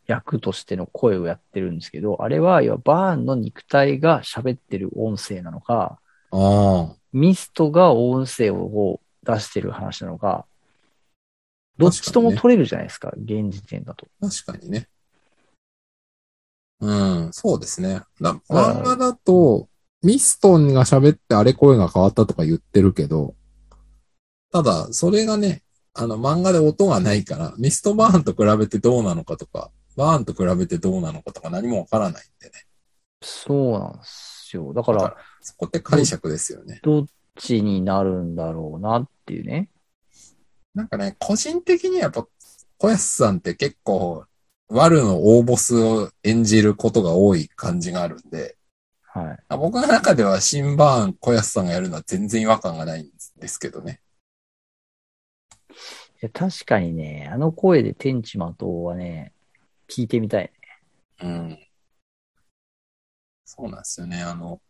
役としての声をやってるんですけど、あれは、要はバーンの肉体が喋ってる音声なのか、
あー。
ミストが音声を出してる話なのか、どっちとも取れるじゃないですか、現時点だと。
確かにね。うん、そうですね。だ
うん
漫画だと、ミストンが喋ってあれ声が変わったとか言ってるけど、
ただ、それがね、あの漫画で音がないから、ミストバーンと比べてどうなのかとか、バーンと比べてどうなのかとか何もわからないんでね。
そうなんですよ。だか
だ
ら
か、そこって解釈ですよね。
どっちになるんだろうなっていうね。
なんかね、個人的にはやっぱ、小安さんって結構、ワルの大ボスを演じることが多い感じがあるんで、
はい。
あ僕の中ではシンバーン小安さんがやるのは全然違和感がないんですけどね。
いや、確かにね、あの声で天地魔党はね、聞いてみたい。
うん。そうなんですよね。あの、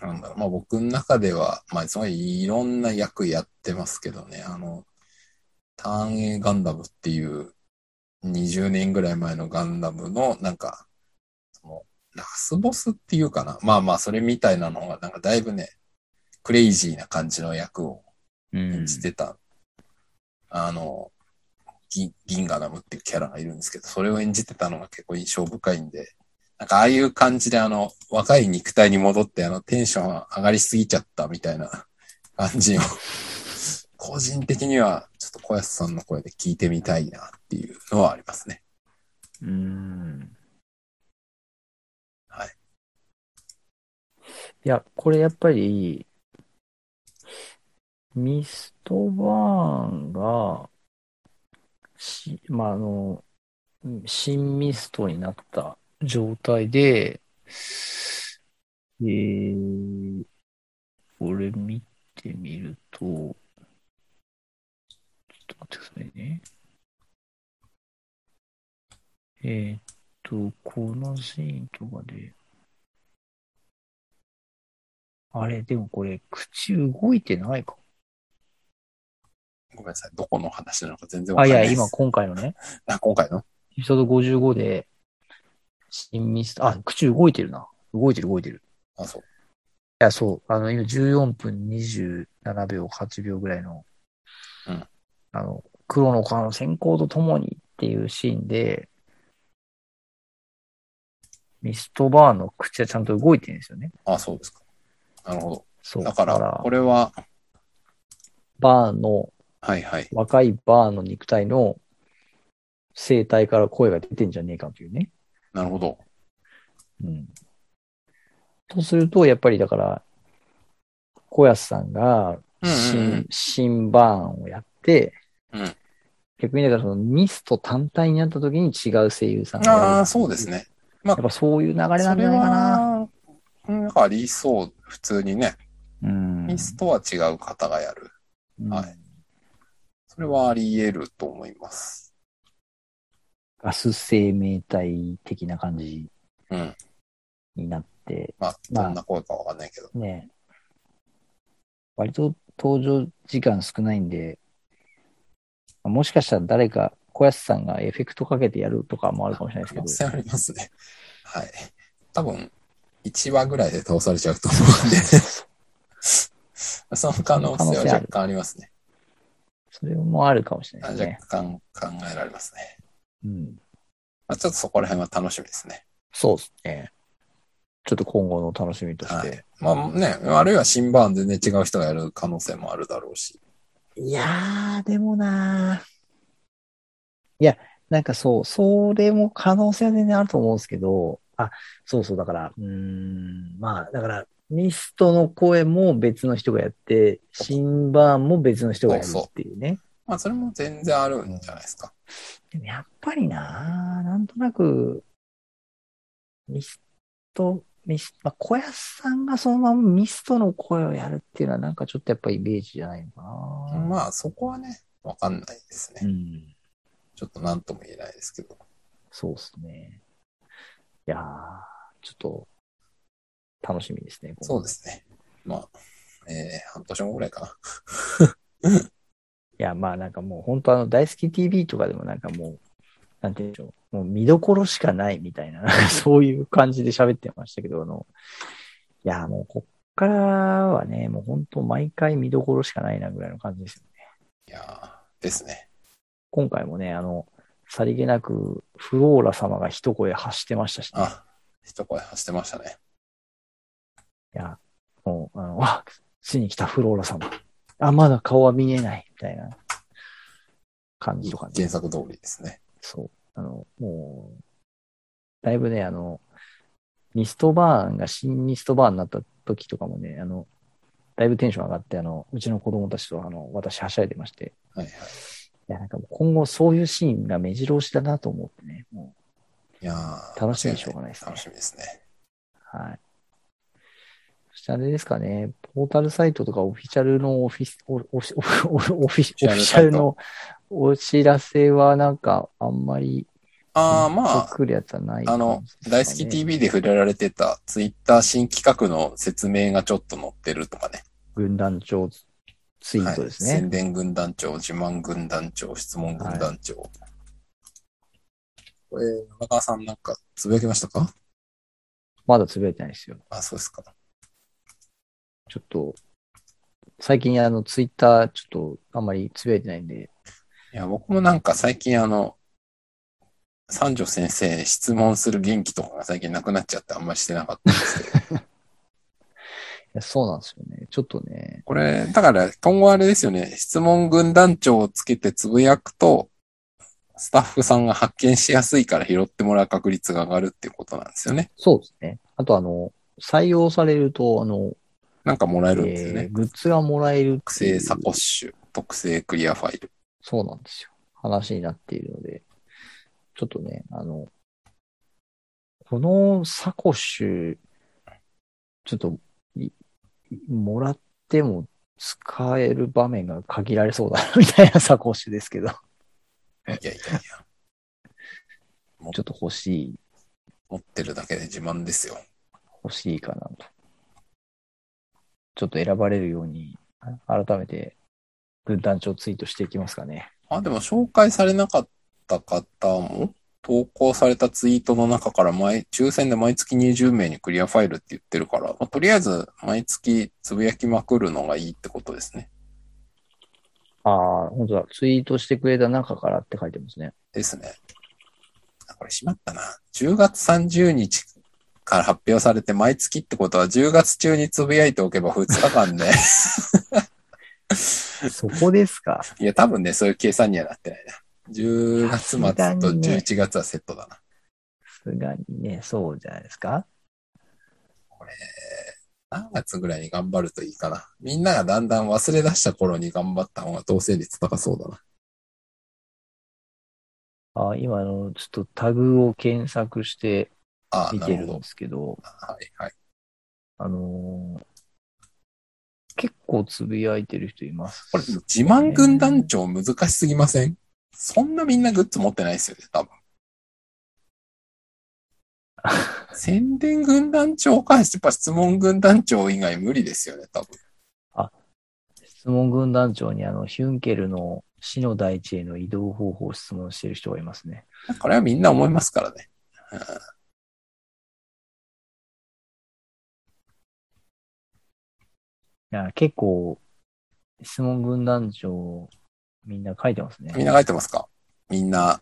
なんだろう、まあ僕の中では、まあすごいいろんな役やってますけどね、あの、ターン A ガンダムっていう20年ぐらい前のガンダムの、なんか、その、ラスボスっていうかな。まあまあそれみたいなのが、なんかだいぶね、クレイジーな感じの役を
う
演じてた、あの、ギギンガナムっていうキャラがいるんですけど、それを演じてたのが結構印象深いんで、なんかああいう感じであの、若い肉体に戻ってあの、テンション上がりすぎちゃったみたいな感じを、個人的にはちょっと小安さんの声で聞いてみたいなっていうのはありますね。
うーん。
はい。
いや、これやっぱり、ミストバーンが、し、まあ、あの、新ミストになった状態で、えー、これ見てみると、ちょっと待ってくださいね。えーっと、このシーンとかで。あれ、でもこれ、口動いてないか。
ごめんなさい。どこの話なのか全然わ
あ、
か
い
んな
や、
いです。
今、今回のね、
あ、今回の
エピソード55で、新ミスあ、口動いてるな。動いてる、動いてる。
あ、そう。
いや、そう。あの、今、14分27秒、8秒ぐらいの、
うん
あの、黒の川の閃光と共にっていうシーンで、ミストバーンの口はちゃんと動いてるんですよね。
あ、そうですか。なるほ
そう。
ど。だから、これは、
バーンの、
はいはい。
若いバーンの肉体の生体から声が出てんじゃねえかというね。
なるほど。
うん。とすると、やっぱりだから、小安さんが新、
うんうんうん
新バーンをやって、
うん
逆にだからそのミスト単体になった時に違う声優さんがやる
ああ、そうです。ね。
やっぱそういう流れなんじゃないかな。
それは、なんかありそう。普通にね。
うん
ミスとは違う方がやる。はい。それはあり得ると思います。
ガス生命体的な感じ
うん。
になって、
まあ、どんな声かわかんないけど。
ねえ割と登場時間少ないんで、もしかしたら誰か、小安さんがエフェクトかけてやるとかもあるかもしれない
可能
です
性
け
ありますね。はい。多分、1話ぐらいで倒されちゃうと思うんで。その可能性は若干ありますね。
ど、それもあるかもしれない
若
ですね。
干考えられますね。
うん、
まあ、ちょっとそこら辺は楽しみですね。
そうですね。ちょっと今後の楽しみとし
は
て。
い。まあね、あるいは新版でね、違う人がやる可能性もあるだろうし。
い、やー、でもなー。いや、なんかそう、それも可能性は全然あると思うんですけど、あ、そうそう、だから、うーん、まあ、だから、ミストの声も別の人がやって、シンバーンも別の人がやるっていうね。
まあ、それも全然あるんじゃないですか。
でもやっぱりな、なんとなく、ミスト、ミスまあ、小安さんがそのままミストの声をやるっていうのは、なんかちょっとやっぱイメージじゃないのかな。
まあ、そこはね、わかんないです
う
ね。
ん。
ちょっと何とも言えないですけど。
そうですね。いやー、ちょっと、楽しみですね。。
そうですすね。まあ、えー、半年後ぐらいかな。
いや、まあなんかもう、本当あの、大好き TV とかでもなんかもう、なんて言うんでしょう。もう見どころしかないみたいな、なんかそういう感じで喋ってましたけど、あの、いや、もうこっからはね、もう本当毎回見どころしかないなぐらいの感じですよね。
いやーですね。
今回もね、あの、さりげなく、フローラ様が一声発してましたしね。
あ、一声走ってましたね。
いや、もう、あの、 あ、ついに来たフローラ様。あ、まだ顔は見えない、みたいな感じとかね。
原作通りですね。
そう。あの、もう、だいぶね、あの、ミストバーンが新ミストバーンになった時とかもね、あの、だいぶテンション上がって、あの、うちの子供たちと、あの、私はしゃいでまして、
はいはい。
いや、なんかもう今後そういうシーンが目白押しだなと思ってね、も
いや
う
ー
楽しみでしょうがないですね
楽。しみですね。
はい。そしてあれですかね、ポータルサイトとかオフィシャルのオフィス、オオフィオフオフィシ
オフィシャルサイト
オフィシャルのお知らせはなんかあんまり、
ああ、まあ、
来るやつはない
あ
感
の
じです、かね
大好き TV で触れられてたツイッター新企画の説明がちょっと載ってるとかね。
軍団長ツイートです
はい、
ね
宣。伝軍団長、自慢軍団長、質問軍団長。これ、中川さんなんかつぶやきましたか
まだつぶやいてないですよ。
あ、そうですか。
ちょっと、最近あのツイッターちょっとあんまりつぶやいてないんで、
いや、僕もなんか最近あの、三条先生に質問する元気とかが最近なくなっちゃってあんまりしてなかったんですけど。
やそうなんですよね。ちょっとね。
これ、だから今後あれですよね、質問軍団長をつけてつぶやくと、スタッフさんが発見しやすいから拾ってもらう確率が上がるっていうことなんですよね。
そうですね。あと、あの、採用されると、あの、
なんかもらえるんですよね。
えーグッズがもらえるっていう
特製サコッシュ、特製クリアファイル。
そうなんですよ。話になっているので、ちょっとね、あの、このサコッシュ、ちょっとい、もらっても使える場面が限られそうだな、みたいなサコッシュですけど、ち
いやいやいや、
ょっと欲しい、
持ってるだけで自慢ですよ。
欲しいかなと。ちょっと選ばれるように、改めて、軍団長ツイートしていきますかね。
あ、でも紹介されなかった方も、投稿されたツイートの中から毎、抽選で毎月20名にクリアファイルって言ってるから、まあ、とりあえず毎月つぶやきまくるのがいいってことですね。
ああ、本当だ。ツイートしてくれた中からって書いてますね。
ですね。あこれしまったな。10月30日から発表されて毎月ってことは10月中につぶやいておけば2日間で、
そこですか。
いや多分ね、そういう計算にはなってないな。10月末と
さすがにね
11月はセットだな。
さすがにね、そうじゃないですか。
何月ぐらいに頑張るといいかな。みんながだんだん忘れ出した頃に頑張った方が当選率高そうだな。
あ今あの、ちょっとタグを検索して
ああ、
見
な
て
る
る
ほ
ん
ど
で。すけど、
はいはい。
あのー結構つぶやいてる人います。
これ、自慢軍団長難しすぎませんそんなみんなグッズ持ってないですよね、多 分。宣伝軍団長か、やっぱ質問軍団長以外無理ですよね、多分。
質問軍団長にあの、ヒュンケルの死の大地への移動方法を質問してる人がいますね。
これはみんな思いますからね。うん
いや結構、質問軍団長、みんな書いてますね。
みんな書いてますかみんな、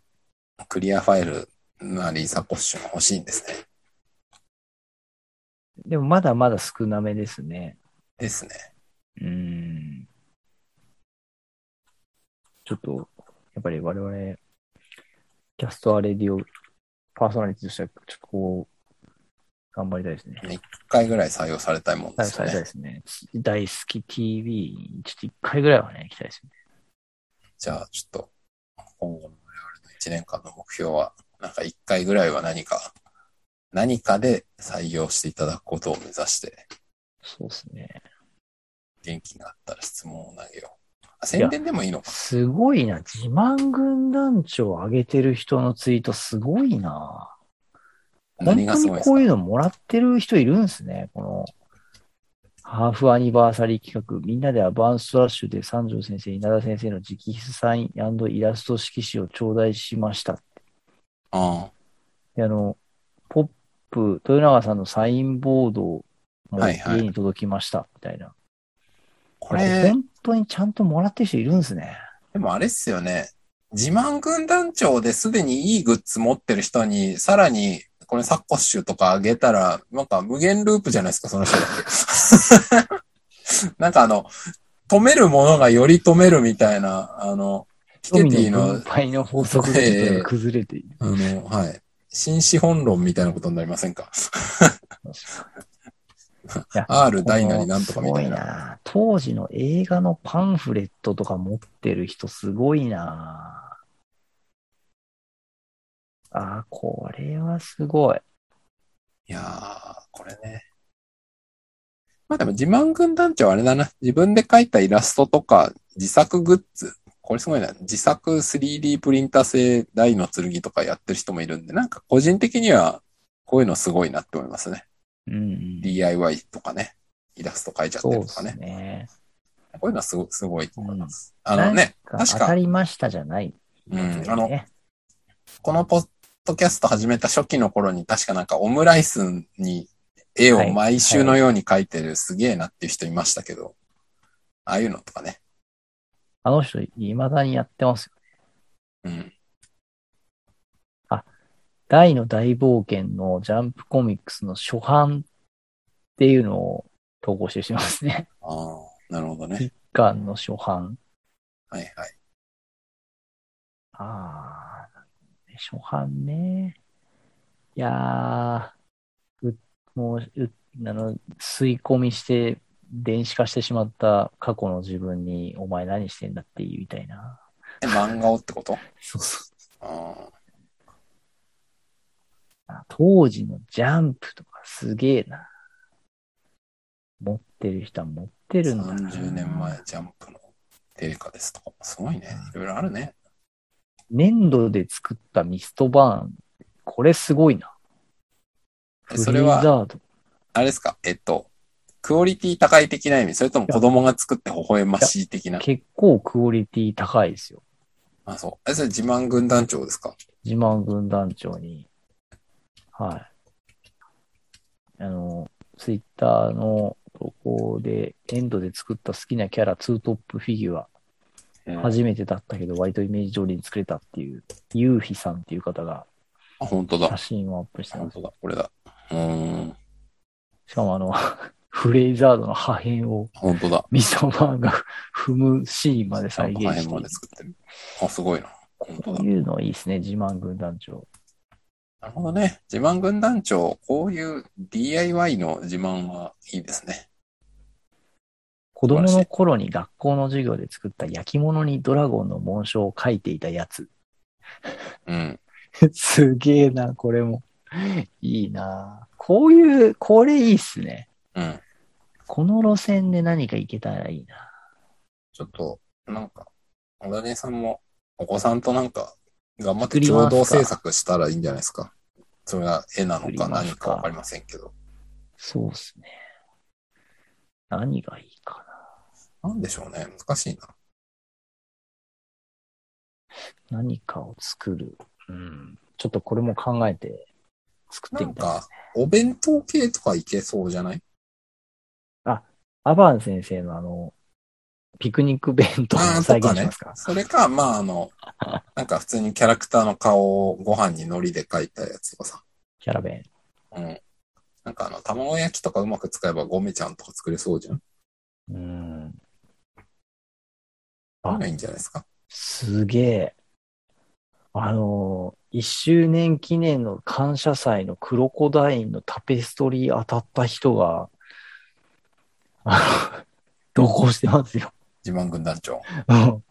クリアファイルなりサコッシュが欲しいんですね。
でもまだまだ少なめですね。
ですね。
うーんちょっと、やっぱり我々、キャストアレディオパーソナリティとしては、ちょっとこう、頑張りたいですね。
一回ぐらい採用されたいもんで
逮捕
す
さ
よ
れたい
ね。
ですね。大好き TV、ちょっと一回ぐらいはね、行きたいですね。
じゃあ、ちょっと、今後の我々の1年間の目標は、なんか一回ぐらいは何か、何かで採用していただくことを目指して、
そうですね。
元気があったら質問を投げよう。あ宣伝でもいいのか。
すごいな。自慢軍団長を上げてる人のツイートすごいな。
何
本
が
当
す
に
ごいです
こ
か
ういうのもらってる人いるんですね。この、ハーフアニバーサリー企画、みんなでアバンストラッシュで三条先生、稲田先生の直筆サインイラスト色紙を頂戴しました。
あ
であの、ポップ、豊永さんのサインボードも
はいはい
家に届きました、みたいな。
こ
なん
れ
か、本当にちゃんともらってる人いるんですね。
でもあれっすよね。自慢軍団長ですでにいいグッズ持ってる人に、さらに、これサッコッシュとかあげたら、なんか無限ループじゃないですか、その人だけ。 なんかあの、止めるものがより止めるみたいな、あの、ピケティ
の
の
分、配の法則がちょっと崩れている。
あの、はい。新資本論みたいなことになりませんか
いや
?R ダイナになんとかみたい
すごい
な。
な。当時の映画のパンフレットとか持ってる人すごいな。あー、これはすごい。
いやー、これね。まあでも自慢軍団長あれだな。自分で描いたイラストとか、自作グッズ。これすごいな。自作 3D プリンター製大の剣とかやってる人もいるんで、なんか個人的にはこういうのすごいなって思いますね。
うんうん。
DIY とかね。イラスト描いちゃって
そう
る
で
とか
す
ね。
ね。
こういうのはすごすごいと思います。あ
な
の
ん
ね、
か
確
当た
か、
りましたじゃない。
うん、
ね
あの、このポッドキャスト始めた初期の頃に確かなんかオムライスに絵を毎週のように描いてるすげえなっていう人いましたけど、ああいうのとかね。
あの人、いまだにやってますよ。
うん。
大の大冒険のジャンプコミックスの初版っていうのを投稿してしまいますね。
ああ、なるほどね。
一巻の初版。
はいはい。
ああ、初版ね。いやー、うもう、うあの、吸い込みして、電子化してしまった過去の自分に、お前何してんだって言いたいな。
え漫画をってこと
そうそう。
あ
当時のジャンプとかすげえな。持ってる人は持って
あ、
るんだな。
30年前ジャンプの定価ですとか、すごいね。いろいろあるね。
粘土で作ったミストバーン。これすごいな。
えそれは
フレザード。
あれですかえっと、クオリティ高い的な意味それとも子供が作って微笑ましい的な
結構クオリティ高いですよ。
あ、そう。え、それ自慢軍団長ですか
自慢軍団長に、はい。あの、ツイッターの投稿で、エンドで作った好きなキャラ、ツートップフィギュア、初めてだったけど、割とイメージ通りに作れたっていう、ゆうひさんっていう方が
あ、本当
写
だ。
真をアップして
本
ます。
当だ。これだ。うーん。
しかもあの、 フレイザードの破片を
本当だ。
ミソバーンが 踏むシーンまで再現
破
し
片
て
ま
い
で
る。
作ってる。あ、すごいな。本当
こ
だ
う。いうのいいですね、自慢軍団長。
なるほどね。自慢軍団長、こういう DIY の自慢はいいですね。
子供の頃に学校の授業で作った焼き物にドラゴンの紋章を書いていたやつ。
うん。
すげえな、これも。いいなこういう、これいいっすね。
うん。
この路線で何かいけたらいいな。
ちょっと、なんか、小田人さんも、お子さんとなんか、頑張って
作り
共
ますか
同制作したらいいんじゃないですか。それが絵なの
作り
か
ますか
何かわかりませんけど。
そうっすね。何がいいか
なんでしょうね。難しいな。
な。何かを作る。うん。ちょっとこれも考えて作っ
な
てみ
ん
たいで
か
すね。、
お弁当系とかいけそうじゃない
アバン先生のあの、ピクニック弁当を
あー
再
とか
現し
ね
ますか。
それか、まあ、あの、なんか普通にキャラクターの顔をご飯に海苔で描いたやつとかさ。
キャラ弁。
うん。なんかあの、卵焼きとかうまく使えばゴメちゃんとか作れそうじゃん。
うん。
あいいんじゃないですか。
すげえ。あのー、一周年記念の感謝祭のクロコダインのタペストリー当たった人が、 あの、同行してますよ。
自慢軍団長。
うん
あ、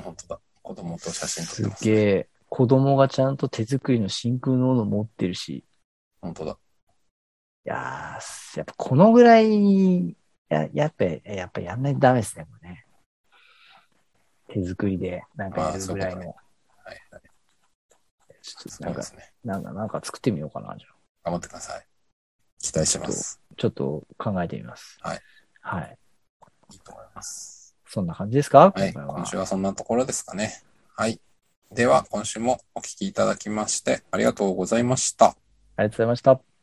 本当だ。子供と写真撮
す
ってます。
げえ。子供がちゃんと手作りの真空のもの持ってるし。
本当だ。
いやー、やっぱこのぐらい、や、やっぱ、やっぱやんないとダメですね、これね。手作りで、なんかやるぐらい
あーそういうことね
の。
はい、はい。
ちょっと
そ
な
うんで
か、
すね。
なんか、なんか作ってみようかな、じゃあ。
頑張ってください。期待してます。
ちょっと考えてみます。
はい。
はい。
いいと思います。
そんな感じですか
はい。
今回は
今週はそんなところですかね。はい。では、今週もお聞きいただきまして、ありがとうございました。
ありがとうございました。